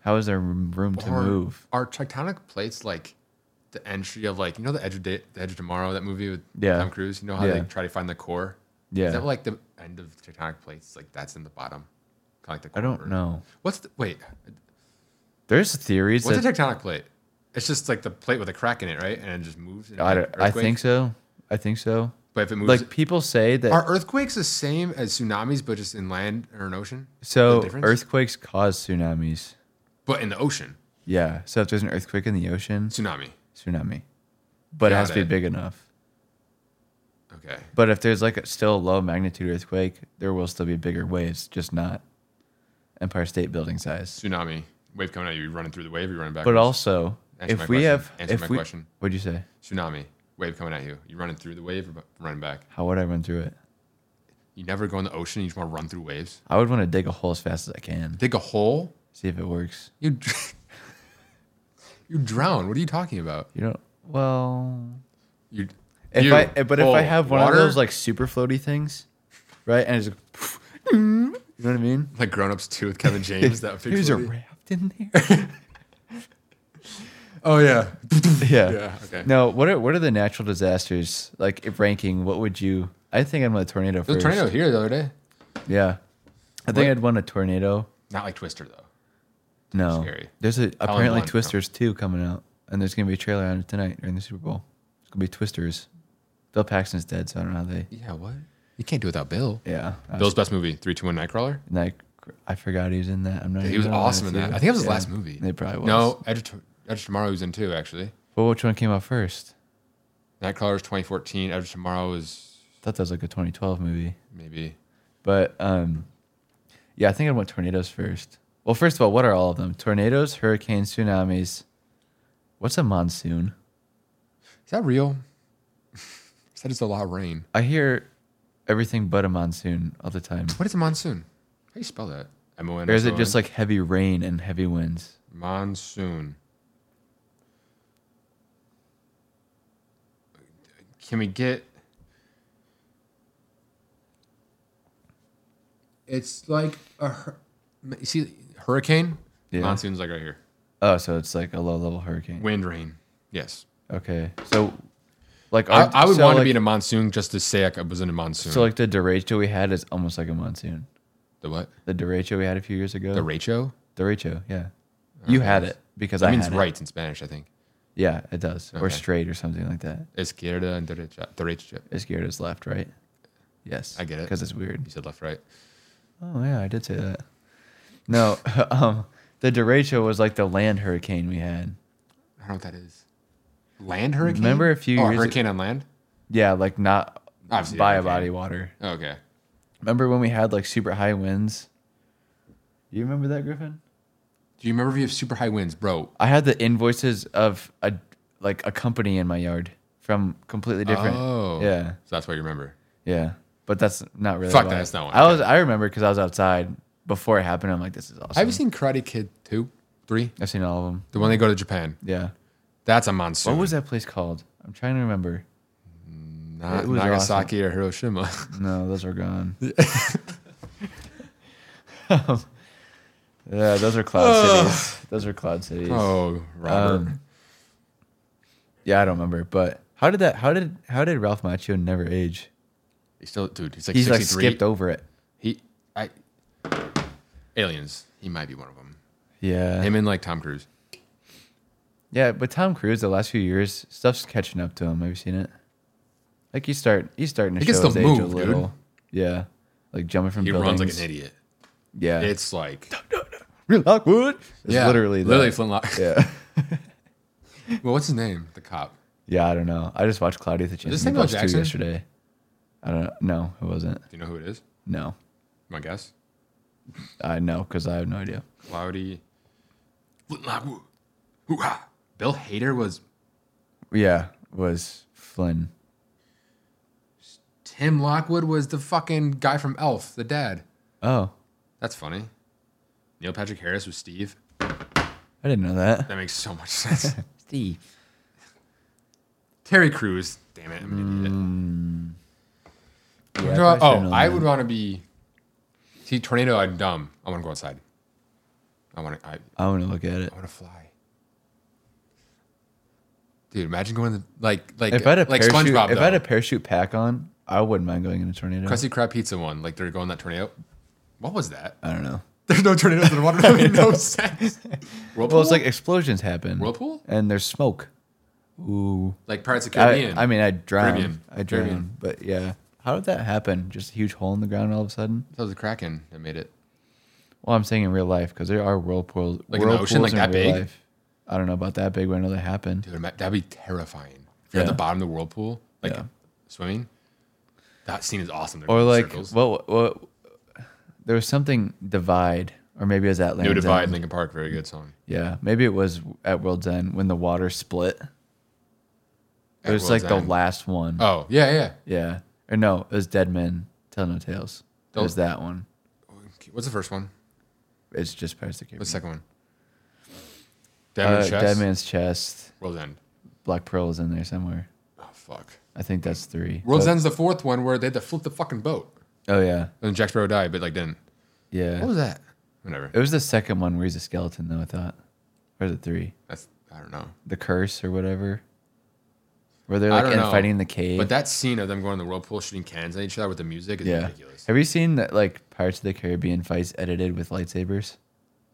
Speaker 2: How is there room room to
Speaker 1: Or
Speaker 2: move?
Speaker 1: Are tectonic plates like the entry of like you know the edge of day, the edge of tomorrow that movie with
Speaker 2: Yeah.
Speaker 1: Tom Cruise? You know how they
Speaker 2: Yeah.
Speaker 1: try to find the core.
Speaker 2: Yeah.
Speaker 1: Is that like the end of tectonic plates? Like that's in the bottom, kind of like the.
Speaker 2: I don't
Speaker 1: core.
Speaker 2: know.
Speaker 1: What's the wait?
Speaker 2: There's theories
Speaker 1: What's
Speaker 2: that
Speaker 1: a tectonic plate? It's just like the plate with a crack in it, right? And it just moves. in
Speaker 2: I,
Speaker 1: an
Speaker 2: don't- I
Speaker 1: earthquake.
Speaker 2: think so. I think so.
Speaker 1: But if it moves,
Speaker 2: Like people say that
Speaker 1: are earthquakes the same as tsunamis, but just in land or an ocean?
Speaker 2: so
Speaker 1: The difference?
Speaker 2: earthquakes cause tsunamis.
Speaker 1: but in the ocean,
Speaker 2: Yeah. So if there's an earthquake in the ocean,
Speaker 1: tsunami.
Speaker 2: tsunami. But it has
Speaker 1: Got
Speaker 2: to be
Speaker 1: it.
Speaker 2: big enough.
Speaker 1: Okay,
Speaker 2: But if there's like a still a low magnitude earthquake, there will still be bigger waves, just not Empire State Building size.
Speaker 1: tsunami wave coming at you, you're running through the wave, you're running back.
Speaker 2: But also,
Speaker 1: Answer my
Speaker 2: if we
Speaker 1: question.
Speaker 2: have,
Speaker 1: Answer
Speaker 2: if
Speaker 1: my
Speaker 2: we,
Speaker 1: question.
Speaker 2: what'd you say?
Speaker 1: tsunami wave coming at you. You running through the wave or bu- running back?
Speaker 2: How would I run through it?
Speaker 1: You never go in the ocean. You just want to run through waves.
Speaker 2: I would want to dig a hole as fast as I can.
Speaker 1: Dig a hole.
Speaker 2: See if it works.
Speaker 1: You dr- you drown. What are you talking about?
Speaker 2: You don't. Well,
Speaker 1: You.
Speaker 2: if
Speaker 1: you,
Speaker 2: I eh, but if I
Speaker 1: hole,
Speaker 2: have one
Speaker 1: water,
Speaker 2: of those like super floaty things, right? And it's like, you know what I mean?
Speaker 1: like grown ups too with Kevin James that big
Speaker 2: There's a
Speaker 1: floaty-
Speaker 2: raft in there.
Speaker 1: oh yeah
Speaker 2: yeah.
Speaker 1: yeah okay
Speaker 2: No. What are what are the natural disasters like? If ranking, what would you? I think I'm a tornado
Speaker 1: there was
Speaker 2: first.
Speaker 1: a tornado here the other day
Speaker 2: Yeah. I think
Speaker 1: What-
Speaker 2: I'd want a tornado.
Speaker 1: not like Twister though
Speaker 2: No.
Speaker 1: Scary.
Speaker 2: There's a apparently
Speaker 1: one, no.
Speaker 2: Twisters two coming out, and there's gonna be a trailer on it tonight during the Super Bowl. It's gonna be Twisters. Bill Paxton's dead, so I don't know how they.
Speaker 1: yeah what you can't do it without Bill
Speaker 2: Yeah. I was
Speaker 1: Bill's best movie three two one Nightcrawler
Speaker 2: And I, I forgot he was in that. I'm not.
Speaker 1: he
Speaker 2: even
Speaker 1: was
Speaker 2: gonna lie
Speaker 1: awesome in
Speaker 2: to you.
Speaker 1: that I think that was his
Speaker 2: Yeah.
Speaker 1: last movie
Speaker 2: It probably was.
Speaker 1: no Edge of, Tor- Edge of Tomorrow was in too, actually.
Speaker 2: But which one came out first?
Speaker 1: Nightcrawler was 2014. Edge of Tomorrow was
Speaker 2: thought that was like a 2012 movie.
Speaker 1: maybe.
Speaker 2: But um, yeah, I think I want tornadoes first. Well, first of all, what are all of them? Tornadoes, hurricanes, tsunamis. What's a monsoon?
Speaker 1: Is that real? Is that just a lot of rain?
Speaker 2: I hear everything but a monsoon all the time.
Speaker 1: What is a monsoon? How do you spell that? M O N.
Speaker 2: Or is it just like heavy rain and heavy winds?
Speaker 1: monsoon? Can we get? It's like a hur- you see hurricane.
Speaker 2: Yeah.
Speaker 1: Monsoon's like right here.
Speaker 2: Oh, so it's like a low level hurricane.
Speaker 1: Wind, rain. Yes.
Speaker 2: Okay. So, like,
Speaker 1: I,
Speaker 2: our-
Speaker 1: I would
Speaker 2: so,
Speaker 1: want to
Speaker 2: like-
Speaker 1: be in a monsoon just to say I was in a monsoon.
Speaker 2: So, like, the derecho we had is almost like a monsoon.
Speaker 1: the what?
Speaker 2: The derecho we had a few years ago.
Speaker 1: The ratio?
Speaker 2: derecho, yeah. You had it because
Speaker 1: That
Speaker 2: I
Speaker 1: means
Speaker 2: had it.
Speaker 1: right in Spanish, I think.
Speaker 2: Yeah, it does. Or
Speaker 1: Okay.
Speaker 2: straight or something like that.
Speaker 1: Izquierda and derecha. Derecha.
Speaker 2: Izquierda is left, right? Yes.
Speaker 1: I get it.
Speaker 2: Because it's weird.
Speaker 1: You said left, right.
Speaker 2: Oh, yeah, I did say that. No, um, the derecho was like the land hurricane we had.
Speaker 1: I don't know what that is. Land hurricane?
Speaker 2: Remember a few
Speaker 1: oh,
Speaker 2: years-
Speaker 1: hurricane on land?
Speaker 2: Yeah, like not
Speaker 1: I've seen
Speaker 2: by
Speaker 1: it,
Speaker 2: a
Speaker 1: okay.
Speaker 2: body of water.
Speaker 1: Oh, okay.
Speaker 2: Remember when we had like super high winds? You remember that, Griffin?
Speaker 1: Do you remember if you have super high winds, bro?
Speaker 2: I had the invoices of a like a company in my yard from completely different.
Speaker 1: Oh.
Speaker 2: Yeah,
Speaker 1: So that's what you remember.
Speaker 2: yeah. But that's not really.
Speaker 1: Fuck that,
Speaker 2: why.
Speaker 1: that's not one.
Speaker 2: I was. I remember because I was outside before it happened. I'm like, this is awesome.
Speaker 1: Have you seen Karate Kid 2, 3?
Speaker 2: I've seen all of them.
Speaker 1: The one they go to Japan.
Speaker 2: Yeah.
Speaker 1: That's a monsoon.
Speaker 2: What was that place called? I'm trying to remember.
Speaker 1: Not
Speaker 2: It was
Speaker 1: Nagasaki or Hiroshima.
Speaker 2: No, those are gone. Um, yeah, those are cloud cities. Those are cloud cities.
Speaker 1: oh, Robert.
Speaker 2: Um, yeah, I don't remember. But how did that? How did how did Ralph Macchio never age?
Speaker 1: he's still, dude, he's like
Speaker 2: He's
Speaker 1: 63.
Speaker 2: like skipped over it.
Speaker 1: He, I, aliens. He might be one of them.
Speaker 2: Yeah,
Speaker 1: Him and like Tom Cruise.
Speaker 2: yeah. But Tom Cruise, the last few years, stuff's catching up to him. Have you seen it? Like you start, he's starting to
Speaker 1: He
Speaker 2: show
Speaker 1: can
Speaker 2: his
Speaker 1: still
Speaker 2: age a
Speaker 1: move, dude.
Speaker 2: little. Yeah, like jumping from
Speaker 1: He runs
Speaker 2: buildings.
Speaker 1: like an idiot.
Speaker 2: Yeah,
Speaker 1: It's like
Speaker 2: real awkward. It's
Speaker 1: yeah,
Speaker 2: literally,
Speaker 1: literally
Speaker 2: that.
Speaker 1: Flintlock.
Speaker 2: yeah,
Speaker 1: well, what's his name? The cop.
Speaker 2: yeah. I don't know. I just watched Cloudy with a Chance
Speaker 1: this
Speaker 2: of
Speaker 1: Samuel
Speaker 2: Meatballs 2
Speaker 1: Jackson?
Speaker 2: yesterday. I don't know. No, it wasn't.
Speaker 1: Do you know who it is?
Speaker 2: No,
Speaker 1: My guess.
Speaker 2: I know because I have no idea.
Speaker 1: Cloudy. Flintlock. Woo. Hoo-ha. Bill Hader was
Speaker 2: Yeah, was Flynn.
Speaker 1: Tim Lockwood was the fucking guy from Elf, the dad.
Speaker 2: Oh,
Speaker 1: That's funny. Neil Patrick Harris was Steve.
Speaker 2: I didn't know that.
Speaker 1: That makes so much sense.
Speaker 2: Steve.
Speaker 1: Terry Crews. Damn it, I'm an idiot.
Speaker 2: Yeah,
Speaker 1: You know what?
Speaker 2: I should've
Speaker 1: oh,
Speaker 2: known
Speaker 1: I
Speaker 2: that.
Speaker 1: would want to be. See, tornado. I'm dumb. I want to go outside. I want to. I,
Speaker 2: I want to look at it.
Speaker 1: I want to fly. Dude, imagine going to like like
Speaker 2: If I had a
Speaker 1: like
Speaker 2: parachute,
Speaker 1: SpongeBob.
Speaker 2: if I had
Speaker 1: though.
Speaker 2: a parachute pack on, I wouldn't mind going in a tornado.
Speaker 1: Krusty Krab pizza one, like they're going that tornado. What was that?
Speaker 2: I don't know.
Speaker 1: There's no tornadoes in the water. That made no sense. Whirlpool?
Speaker 2: Well, it's like explosions happen.
Speaker 1: Whirlpool?
Speaker 2: And there's smoke. Ooh.
Speaker 1: like Pirates of the
Speaker 2: I,
Speaker 1: Caribbean.
Speaker 2: I mean, I drown.
Speaker 1: Caribbean.
Speaker 2: I drown.
Speaker 1: Caribbean.
Speaker 2: But yeah, how did that happen? Just a huge hole in the ground all of a sudden?
Speaker 1: that was a kraken that made it.
Speaker 2: Well, I'm saying in real life because there are whirlpools.
Speaker 1: Like in the ocean, like
Speaker 2: whirlpools in
Speaker 1: that
Speaker 2: real
Speaker 1: big?
Speaker 2: life. I don't know about that big, but I know they happen.
Speaker 1: Dude, ima- that'd be terrifying. If you're at
Speaker 2: Yeah.
Speaker 1: the bottom of the whirlpool, like
Speaker 2: Yeah.
Speaker 1: swimming. That scene is awesome. They're
Speaker 2: Or
Speaker 1: going in
Speaker 2: like,
Speaker 1: circles.
Speaker 2: what, what? There was something divide, or maybe it was at
Speaker 1: New
Speaker 2: Land's
Speaker 1: Divide,
Speaker 2: End.
Speaker 1: Lincoln Park, very good song.
Speaker 2: Yeah, maybe it was at World's End when the water split. It
Speaker 1: At
Speaker 2: was like
Speaker 1: World's
Speaker 2: the
Speaker 1: End.
Speaker 2: last one.
Speaker 1: Oh yeah, yeah.
Speaker 2: Yeah. Or no, it was Dead Men Tell No Tales. It was
Speaker 1: Oh.
Speaker 2: that one.
Speaker 1: What's the first one?
Speaker 2: It's just Pirates of the Caribbean.
Speaker 1: What's the second one? Dead Man's
Speaker 2: Uh,
Speaker 1: Chest.
Speaker 2: Dead Man's Chest.
Speaker 1: World's End.
Speaker 2: Black Pearl is in there somewhere.
Speaker 1: Oh fuck.
Speaker 2: I think that's three.
Speaker 1: World's
Speaker 2: But-
Speaker 1: End's the fourth one where they had to flip the fucking boat.
Speaker 2: Oh yeah,
Speaker 1: And Jack Sparrow died, but like didn't.
Speaker 2: yeah.
Speaker 1: What was that? Whatever.
Speaker 2: it was the second one where he's a skeleton though. I thought, or is it three?
Speaker 1: That's I don't know.
Speaker 2: The curse or whatever. Where they're
Speaker 1: I
Speaker 2: like
Speaker 1: don't
Speaker 2: in
Speaker 1: know,
Speaker 2: fighting in the cave.
Speaker 1: But that scene of them going to the whirlpool shooting cans at each other with the music is
Speaker 2: yeah.
Speaker 1: ridiculous.
Speaker 2: Have you seen that like Pirates of the Caribbean fights edited with lightsabers?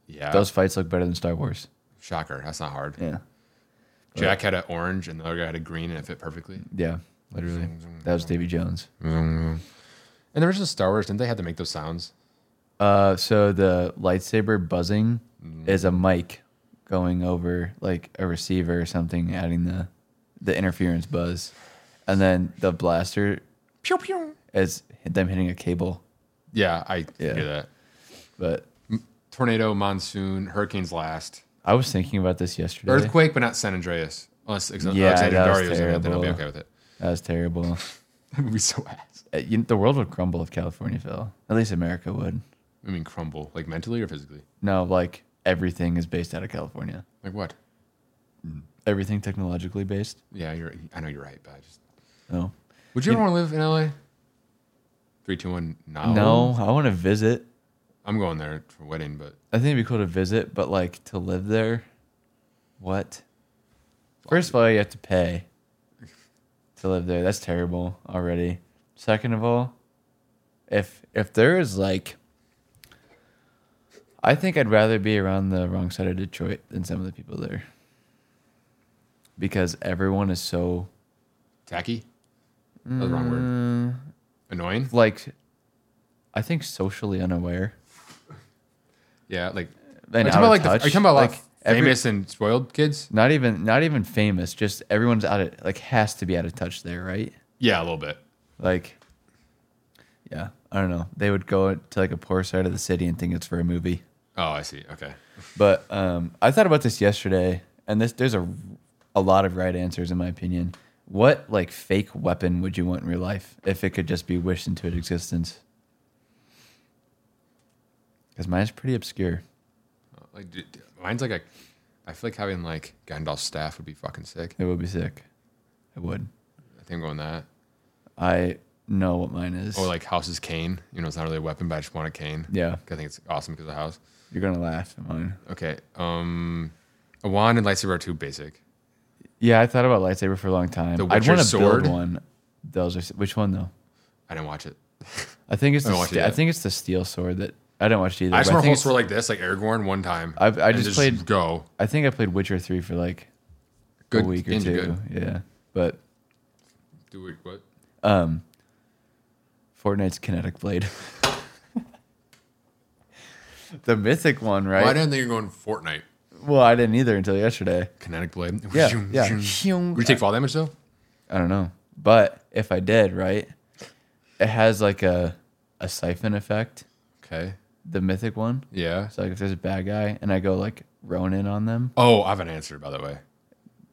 Speaker 1: Yeah.
Speaker 2: Those fights look better than Star Wars.
Speaker 1: Shocker. That's not hard.
Speaker 2: Yeah.
Speaker 1: Jack had an orange and the other guy had a green and it fit perfectly.
Speaker 2: Yeah. Literally. That was Davy Jones.
Speaker 1: And the original Star Wars, didn't they have to make those sounds?
Speaker 2: Uh, so the lightsaber buzzing is a mic going over like a receiver or something, adding the the interference buzz, and then the blaster
Speaker 1: Pew, pew.
Speaker 2: as them hitting a cable.
Speaker 1: Yeah, I
Speaker 2: Yeah.
Speaker 1: hear that.
Speaker 2: But
Speaker 1: Tornado, monsoon, hurricanes last.
Speaker 2: I was thinking about this yesterday.
Speaker 1: Earthquake, but not San Andreas. Unless Ex-
Speaker 2: Yeah,
Speaker 1: Alexander
Speaker 2: that was
Speaker 1: Dario's in it, then I'll be
Speaker 2: terrible.
Speaker 1: okay with it.
Speaker 2: That was terrible.
Speaker 1: That would be so ass.
Speaker 2: Uh, you- the world would crumble if California fell. At least America would.
Speaker 1: I mean, crumble, like mentally or physically?
Speaker 2: No, like everything is based out of California.
Speaker 1: Like what?
Speaker 2: Everything technologically based.
Speaker 1: Yeah, you're. I know you're right, but I just.
Speaker 2: No,
Speaker 1: Would you, ever want to live in LA? Three, two, one. No.
Speaker 2: no. I want to visit.
Speaker 1: I'm going there for a wedding, but
Speaker 2: I think it'd be cool to visit, but like to live there, what? First of all, you have to pay to live there. That's terrible already. Second of all, if if there is like, I think I'd rather be around the wrong side of Detroit than some of the people there, because everyone is so
Speaker 1: tacky. That was the wrong word.
Speaker 2: Mm.
Speaker 1: Annoying.
Speaker 2: like, I think socially unaware.
Speaker 1: Yeah, like.
Speaker 2: and
Speaker 1: are you
Speaker 2: out
Speaker 1: talking about
Speaker 2: of
Speaker 1: like? The, are
Speaker 2: touch.
Speaker 1: you talking about like,
Speaker 2: every-
Speaker 1: famous and spoiled kids?
Speaker 2: not even not even famous just everyone's out of like has to be out of touch there right
Speaker 1: Yeah, a little bit.
Speaker 2: like yeah i don't know they would go to like a poor side of the city and think it's for a movie
Speaker 1: Oh, I see. Okay.
Speaker 2: but um i thought about this yesterday and this there's a a lot of right answers in my opinion what like fake weapon would you want in real life if it could just be wished into existence because mine's pretty obscure
Speaker 1: Like d- d- mine's like a. I feel like having like Gandalf's staff would be fucking sick.
Speaker 2: it would be sick it would
Speaker 1: I think I'm going that.
Speaker 2: i know what mine is
Speaker 1: Or like House's cane. You know, it's not really a weapon, but I just want a cane.
Speaker 2: yeah
Speaker 1: I think it's awesome because of the house.
Speaker 2: you're gonna laugh at mine
Speaker 1: Okay. Um, a wand and lightsaber are too basic.
Speaker 2: Yeah, I thought about lightsaber for a long time.
Speaker 1: The
Speaker 2: I'd
Speaker 1: Witcher
Speaker 2: want to
Speaker 1: sword?
Speaker 2: build one. Those are which one though?
Speaker 1: I didn't watch it.
Speaker 2: I think it's
Speaker 1: I don't
Speaker 2: the
Speaker 1: watch it
Speaker 2: st- I
Speaker 1: yet.
Speaker 2: think it's the steel sword that I don't watch either.
Speaker 1: I just
Speaker 2: but
Speaker 1: want a
Speaker 2: think
Speaker 1: whole
Speaker 2: it's-
Speaker 1: sword like this, like Aragorn, one time.
Speaker 2: I've- I
Speaker 1: and
Speaker 2: just played-
Speaker 1: go.
Speaker 2: I think I played Witcher three for like
Speaker 1: Good
Speaker 2: a week or
Speaker 1: games are
Speaker 2: two. Yeah, but
Speaker 1: Do we, what?
Speaker 2: um, Fortnite's kinetic blade, the mythic one, right?
Speaker 1: Well, I didn't think you're going Fortnite.
Speaker 2: well, I didn't either until yesterday.
Speaker 1: Kinetic blade.
Speaker 2: Yeah,
Speaker 1: Zoom,
Speaker 2: yeah.
Speaker 1: zoom. Would you take fall damage though?
Speaker 2: I don't know. But if I did, right, it has like a a siphon effect.
Speaker 1: Okay.
Speaker 2: The mythic one.
Speaker 1: Yeah.
Speaker 2: So like if there's a bad guy and I go like Ronin on them,
Speaker 1: Oh, I have an answer by the way.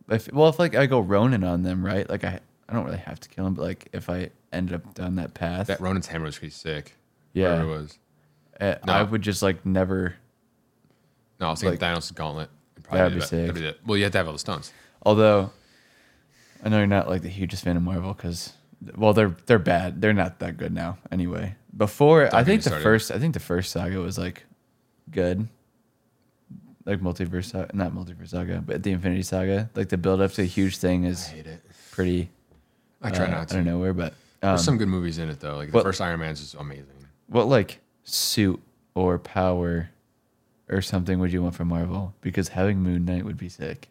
Speaker 2: if well if like I go Ronin on them, right? Like I I don't really have to kill him, but like if I ended up down that path,
Speaker 1: That Ronin's hammer was pretty sick.
Speaker 2: Yeah.
Speaker 1: Whatever it was.
Speaker 2: eh,
Speaker 1: no.
Speaker 2: I would just like never.
Speaker 1: No, I was thinking Thanos' gauntlet. would probably
Speaker 2: That'd be
Speaker 1: that.
Speaker 2: sick.
Speaker 1: That'd it. Well, you have to have all the stunts.
Speaker 2: Although I know you're not like the hugest fan of Marvel because well they're they're bad. They're not that good now anyway. Before I
Speaker 1: get me
Speaker 2: think the
Speaker 1: started.
Speaker 2: first I think the first saga was like good. Like multiverse, Sa- not multiverse saga, but the Infinity Saga. Like the build up to a huge thing is
Speaker 1: it.
Speaker 2: pretty.
Speaker 1: I try
Speaker 2: uh,
Speaker 1: not to.
Speaker 2: I don't know where, but um,
Speaker 1: There's some good movies in it though. Like the
Speaker 2: Well-
Speaker 1: first Iron Man's is amazing.
Speaker 2: what like suit or power or something would you want from Marvel? Because having Moon Knight would be sick.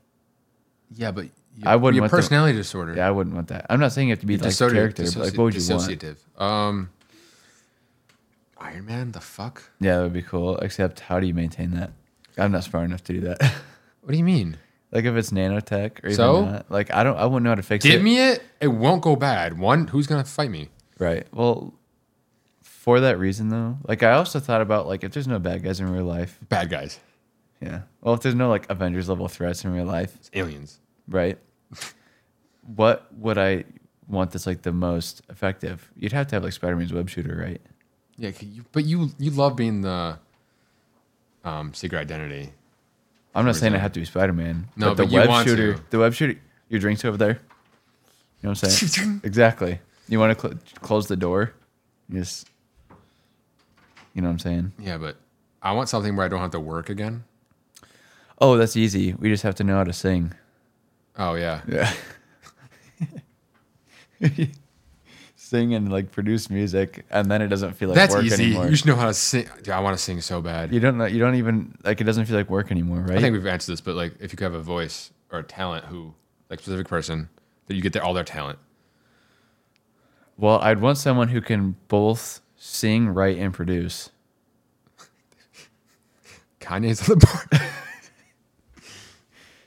Speaker 1: Yeah, but you,
Speaker 2: I wouldn't
Speaker 1: Your
Speaker 2: want the-
Speaker 1: personality disorder.
Speaker 2: Yeah, I wouldn't want that. I'm not saying you have to be like the
Speaker 1: Dissoci-
Speaker 2: character, but like what would you want?
Speaker 1: dissociative. Um, Iron Man, the fuck?
Speaker 2: Yeah, that would be cool. Except how do you maintain that? I'm not smart enough to do that.
Speaker 1: What do you mean?
Speaker 2: like if it's nanotech or even
Speaker 1: So?
Speaker 2: not, like I don't I wouldn't know how to fix
Speaker 1: Give
Speaker 2: it.
Speaker 1: me it. It won't go bad. One, who's gonna fight me?
Speaker 2: Right. Well for that reason though, like I also thought about like if there's no bad guys in real life.
Speaker 1: Bad guys.
Speaker 2: Yeah. Well if there's no like Avengers level threats in real life,
Speaker 1: It's aliens.
Speaker 2: right? what would I want that's like the most effective? You'd have to have like Spider Man's web shooter, right?
Speaker 1: Yeah, 'cause you, but you you love being the um, secret identity.
Speaker 2: I'm not saying I have to be Spider Man.
Speaker 1: No, but you
Speaker 2: web
Speaker 1: want
Speaker 2: shooter,
Speaker 1: to.
Speaker 2: the web shooter, your drinks over there. You know what I'm saying? exactly. You want to cl- close the door? You Just, you know what I'm saying?
Speaker 1: Yeah, but I want something where I don't have to work again.
Speaker 2: Oh, that's easy. We just have to know how to sing.
Speaker 1: Oh yeah,
Speaker 2: Yeah. sing and like produce music, and then it doesn't feel like
Speaker 1: that's
Speaker 2: work
Speaker 1: easy.
Speaker 2: anymore.
Speaker 1: You should know how to sing. Dude, I want to sing so bad.
Speaker 2: You don't know. You don't even like. It doesn't feel like work anymore, right?
Speaker 1: I think we've answered this, but like if you could have a voice or a talent, who like specific person that you get their all their talent.
Speaker 2: well, I'd want someone who can both sing, write, and produce.
Speaker 1: Kanye's on the board.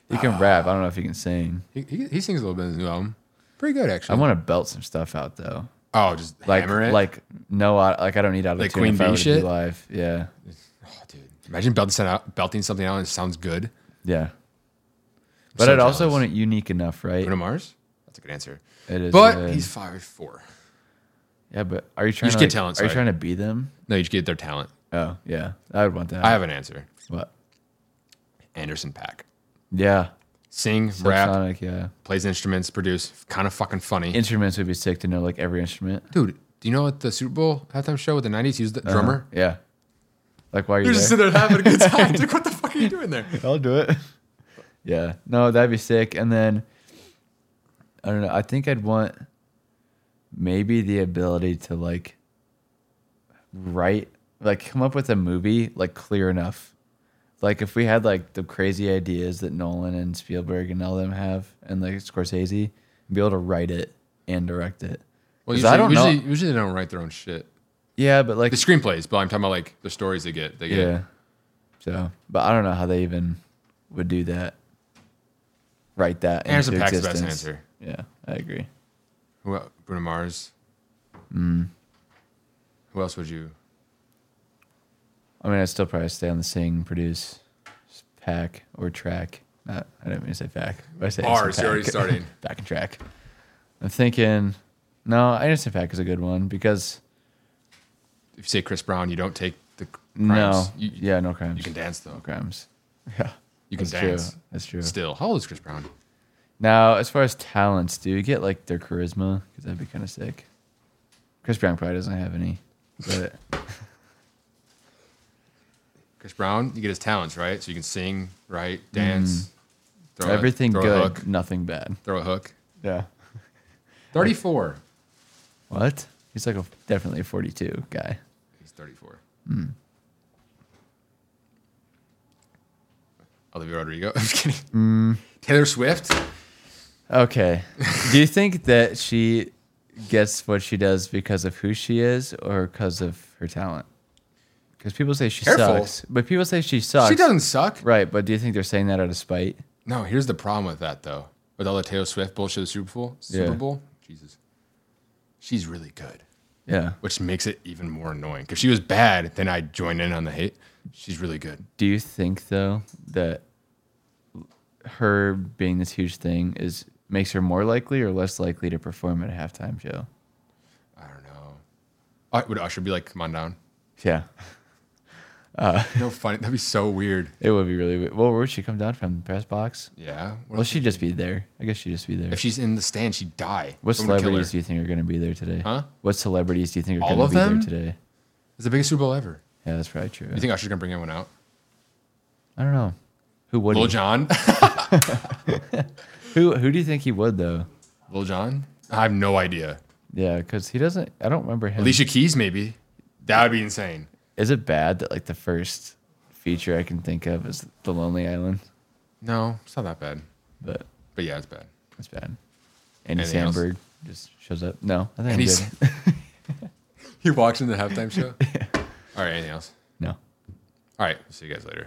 Speaker 2: He
Speaker 1: Ah.
Speaker 2: can rap. I don't know if he can sing.
Speaker 1: He, he, he sings a little bit in his new album. Pretty good
Speaker 2: I
Speaker 1: actually.
Speaker 2: want to belt some stuff out though.
Speaker 1: oh, just
Speaker 2: Like
Speaker 1: hammer it.
Speaker 2: like no, I, like I don't need out of
Speaker 1: Like
Speaker 2: like
Speaker 1: Queen
Speaker 2: if I
Speaker 1: Bee
Speaker 2: were to
Speaker 1: shit?
Speaker 2: be live. Yeah,
Speaker 1: oh, dude, imagine belting something out, belting something out, and it sounds good.
Speaker 2: yeah. But
Speaker 1: so
Speaker 2: I'd also
Speaker 1: jealous.
Speaker 2: want it unique enough, right?
Speaker 1: Bruno Mars. That's a good answer.
Speaker 2: It is.
Speaker 1: But
Speaker 2: uh,
Speaker 1: he's five four.
Speaker 2: yeah, but are you trying
Speaker 1: just
Speaker 2: to
Speaker 1: get
Speaker 2: like,
Speaker 1: talent,
Speaker 2: Are you
Speaker 1: sorry.
Speaker 2: trying to be them?
Speaker 1: No, you just get their talent.
Speaker 2: Oh yeah, I would want that.
Speaker 1: I have an answer.
Speaker 2: what?
Speaker 1: Anderson Pack.
Speaker 2: Yeah,
Speaker 1: Sing, rap,
Speaker 2: Subsonic. Yeah,
Speaker 1: plays instruments, produce. Kind of fucking funny.
Speaker 2: instruments would be sick to know like every instrument.
Speaker 1: Dude, do you know at the Super Bowl halftime show with the '90s used the drummer?
Speaker 2: Yeah. Like why are you
Speaker 1: You're Uh-huh. just
Speaker 2: there?
Speaker 1: sitting there having a good time. Dude, what the fuck are you doing there?
Speaker 2: I'll do it. yeah. No, that'd be sick. And then I don't know. I think I'd want maybe the ability to like write, like come up with a movie like clear enough. Like if we had like the crazy ideas that Nolan and Spielberg and all them have, and like Scorsese, be able to write it and direct it.
Speaker 1: Well,
Speaker 2: 'Cause
Speaker 1: usually,
Speaker 2: I don't know-
Speaker 1: usually, usually they don't write their own shit.
Speaker 2: Yeah, but like
Speaker 1: The screenplays, but I'm talking about like the stories they get. They get.
Speaker 2: Yeah. So, but I don't know how they even would do that. Write that.
Speaker 1: Anderson
Speaker 2: into
Speaker 1: Paak's the best
Speaker 2: existence.
Speaker 1: answer.
Speaker 2: Yeah, I agree.
Speaker 1: Who el- Bruno Mars. Mm. Who else would you?
Speaker 2: I mean, I'd still probably stay on the sing, produce, pack, or track. Not, I didn't mean to say pack. I say Anderson
Speaker 1: Bars, you're already
Speaker 2: Paak.
Speaker 1: starting.
Speaker 2: back and track. I'm thinking, no, Anderson Pack is a good one because
Speaker 1: If you say Chris Brown, you don't take the crimes.
Speaker 2: no,
Speaker 1: You,
Speaker 2: yeah, no crimes.
Speaker 1: you can dance though.
Speaker 2: no crimes. Yeah,
Speaker 1: You can
Speaker 2: that's
Speaker 1: dance
Speaker 2: True. That's true.
Speaker 1: still. How old is Chris Brown?
Speaker 2: Now, as far as talents, do you get like their charisma? Because that'd be kind of sick. Chris Brown probably doesn't have any, but
Speaker 1: Chris Brown, you get his talents right, so you can sing, write, dance, throw a-
Speaker 2: everything
Speaker 1: throw
Speaker 2: good,
Speaker 1: a hook,
Speaker 2: nothing bad.
Speaker 1: throw a hook.
Speaker 2: Yeah.
Speaker 1: Thirty-four.
Speaker 2: What? He's like a definitely a 42 guy.
Speaker 1: He's 34.
Speaker 2: Hmm.
Speaker 1: Olivia Rodrigo. I'm just kidding.
Speaker 2: Hmm.
Speaker 1: Taylor Swift.
Speaker 2: Okay. do you think that she gets what she does because of who she is or because of her talent? Because people say she
Speaker 1: Careful.
Speaker 2: sucks, but people say she sucks.
Speaker 1: She doesn't suck.
Speaker 2: Right, but do you think they're saying that out of spite?
Speaker 1: No, here's the problem with that though. With all the Taylor Swift bullshit, of the Super Bowl, Super
Speaker 2: Yeah.
Speaker 1: Bowl, Jesus, she's really good,
Speaker 2: Yeah.
Speaker 1: which makes it even more annoying. If she was bad, then I'd join in on the hate. She's really good.
Speaker 2: Do you think though that her being this huge thing is makes her more likely or less likely to perform at a halftime show?
Speaker 1: I don't know. Uh, would Usher be like, "Come on down"?
Speaker 2: Yeah,
Speaker 1: No funny. That'd be so weird.
Speaker 2: it would be really. weird. Well, where would she come down from? The press box?
Speaker 1: Yeah. What
Speaker 2: Well,
Speaker 1: if,
Speaker 2: she'd just be there. I guess she'd just be there.
Speaker 1: if she's in the stand, she'd die.
Speaker 2: What
Speaker 1: Someone would kill her.
Speaker 2: celebrities do you think are going to be there today?
Speaker 1: Huh?
Speaker 2: What celebrities do you think are
Speaker 1: All
Speaker 2: going to
Speaker 1: of
Speaker 2: be
Speaker 1: them?
Speaker 2: there today?
Speaker 1: It's the biggest Super Bowl ever.
Speaker 2: Yeah, that's probably true.
Speaker 1: You think Usher's gonna bring anyone out?
Speaker 2: I don't know. Who would?
Speaker 1: Lil
Speaker 2: he?
Speaker 1: John.
Speaker 2: Who Who do you think he would though?
Speaker 1: Lil John? I have no idea.
Speaker 2: Yeah, because he doesn't. I don't remember him.
Speaker 1: Alicia Keys, maybe. That would be insane.
Speaker 2: Is it bad that like the first feature I can think of is The Lonely Island?
Speaker 1: No, it's not that bad.
Speaker 2: But
Speaker 1: But yeah, it's bad.
Speaker 2: That's bad. Andy
Speaker 1: Anything else?
Speaker 2: Sandberg just shows up. No, I think
Speaker 1: And
Speaker 2: I'm
Speaker 1: he's,
Speaker 2: good.
Speaker 1: he walks into the halftime show. All right, anything else?
Speaker 2: No.
Speaker 1: All right, see you guys later.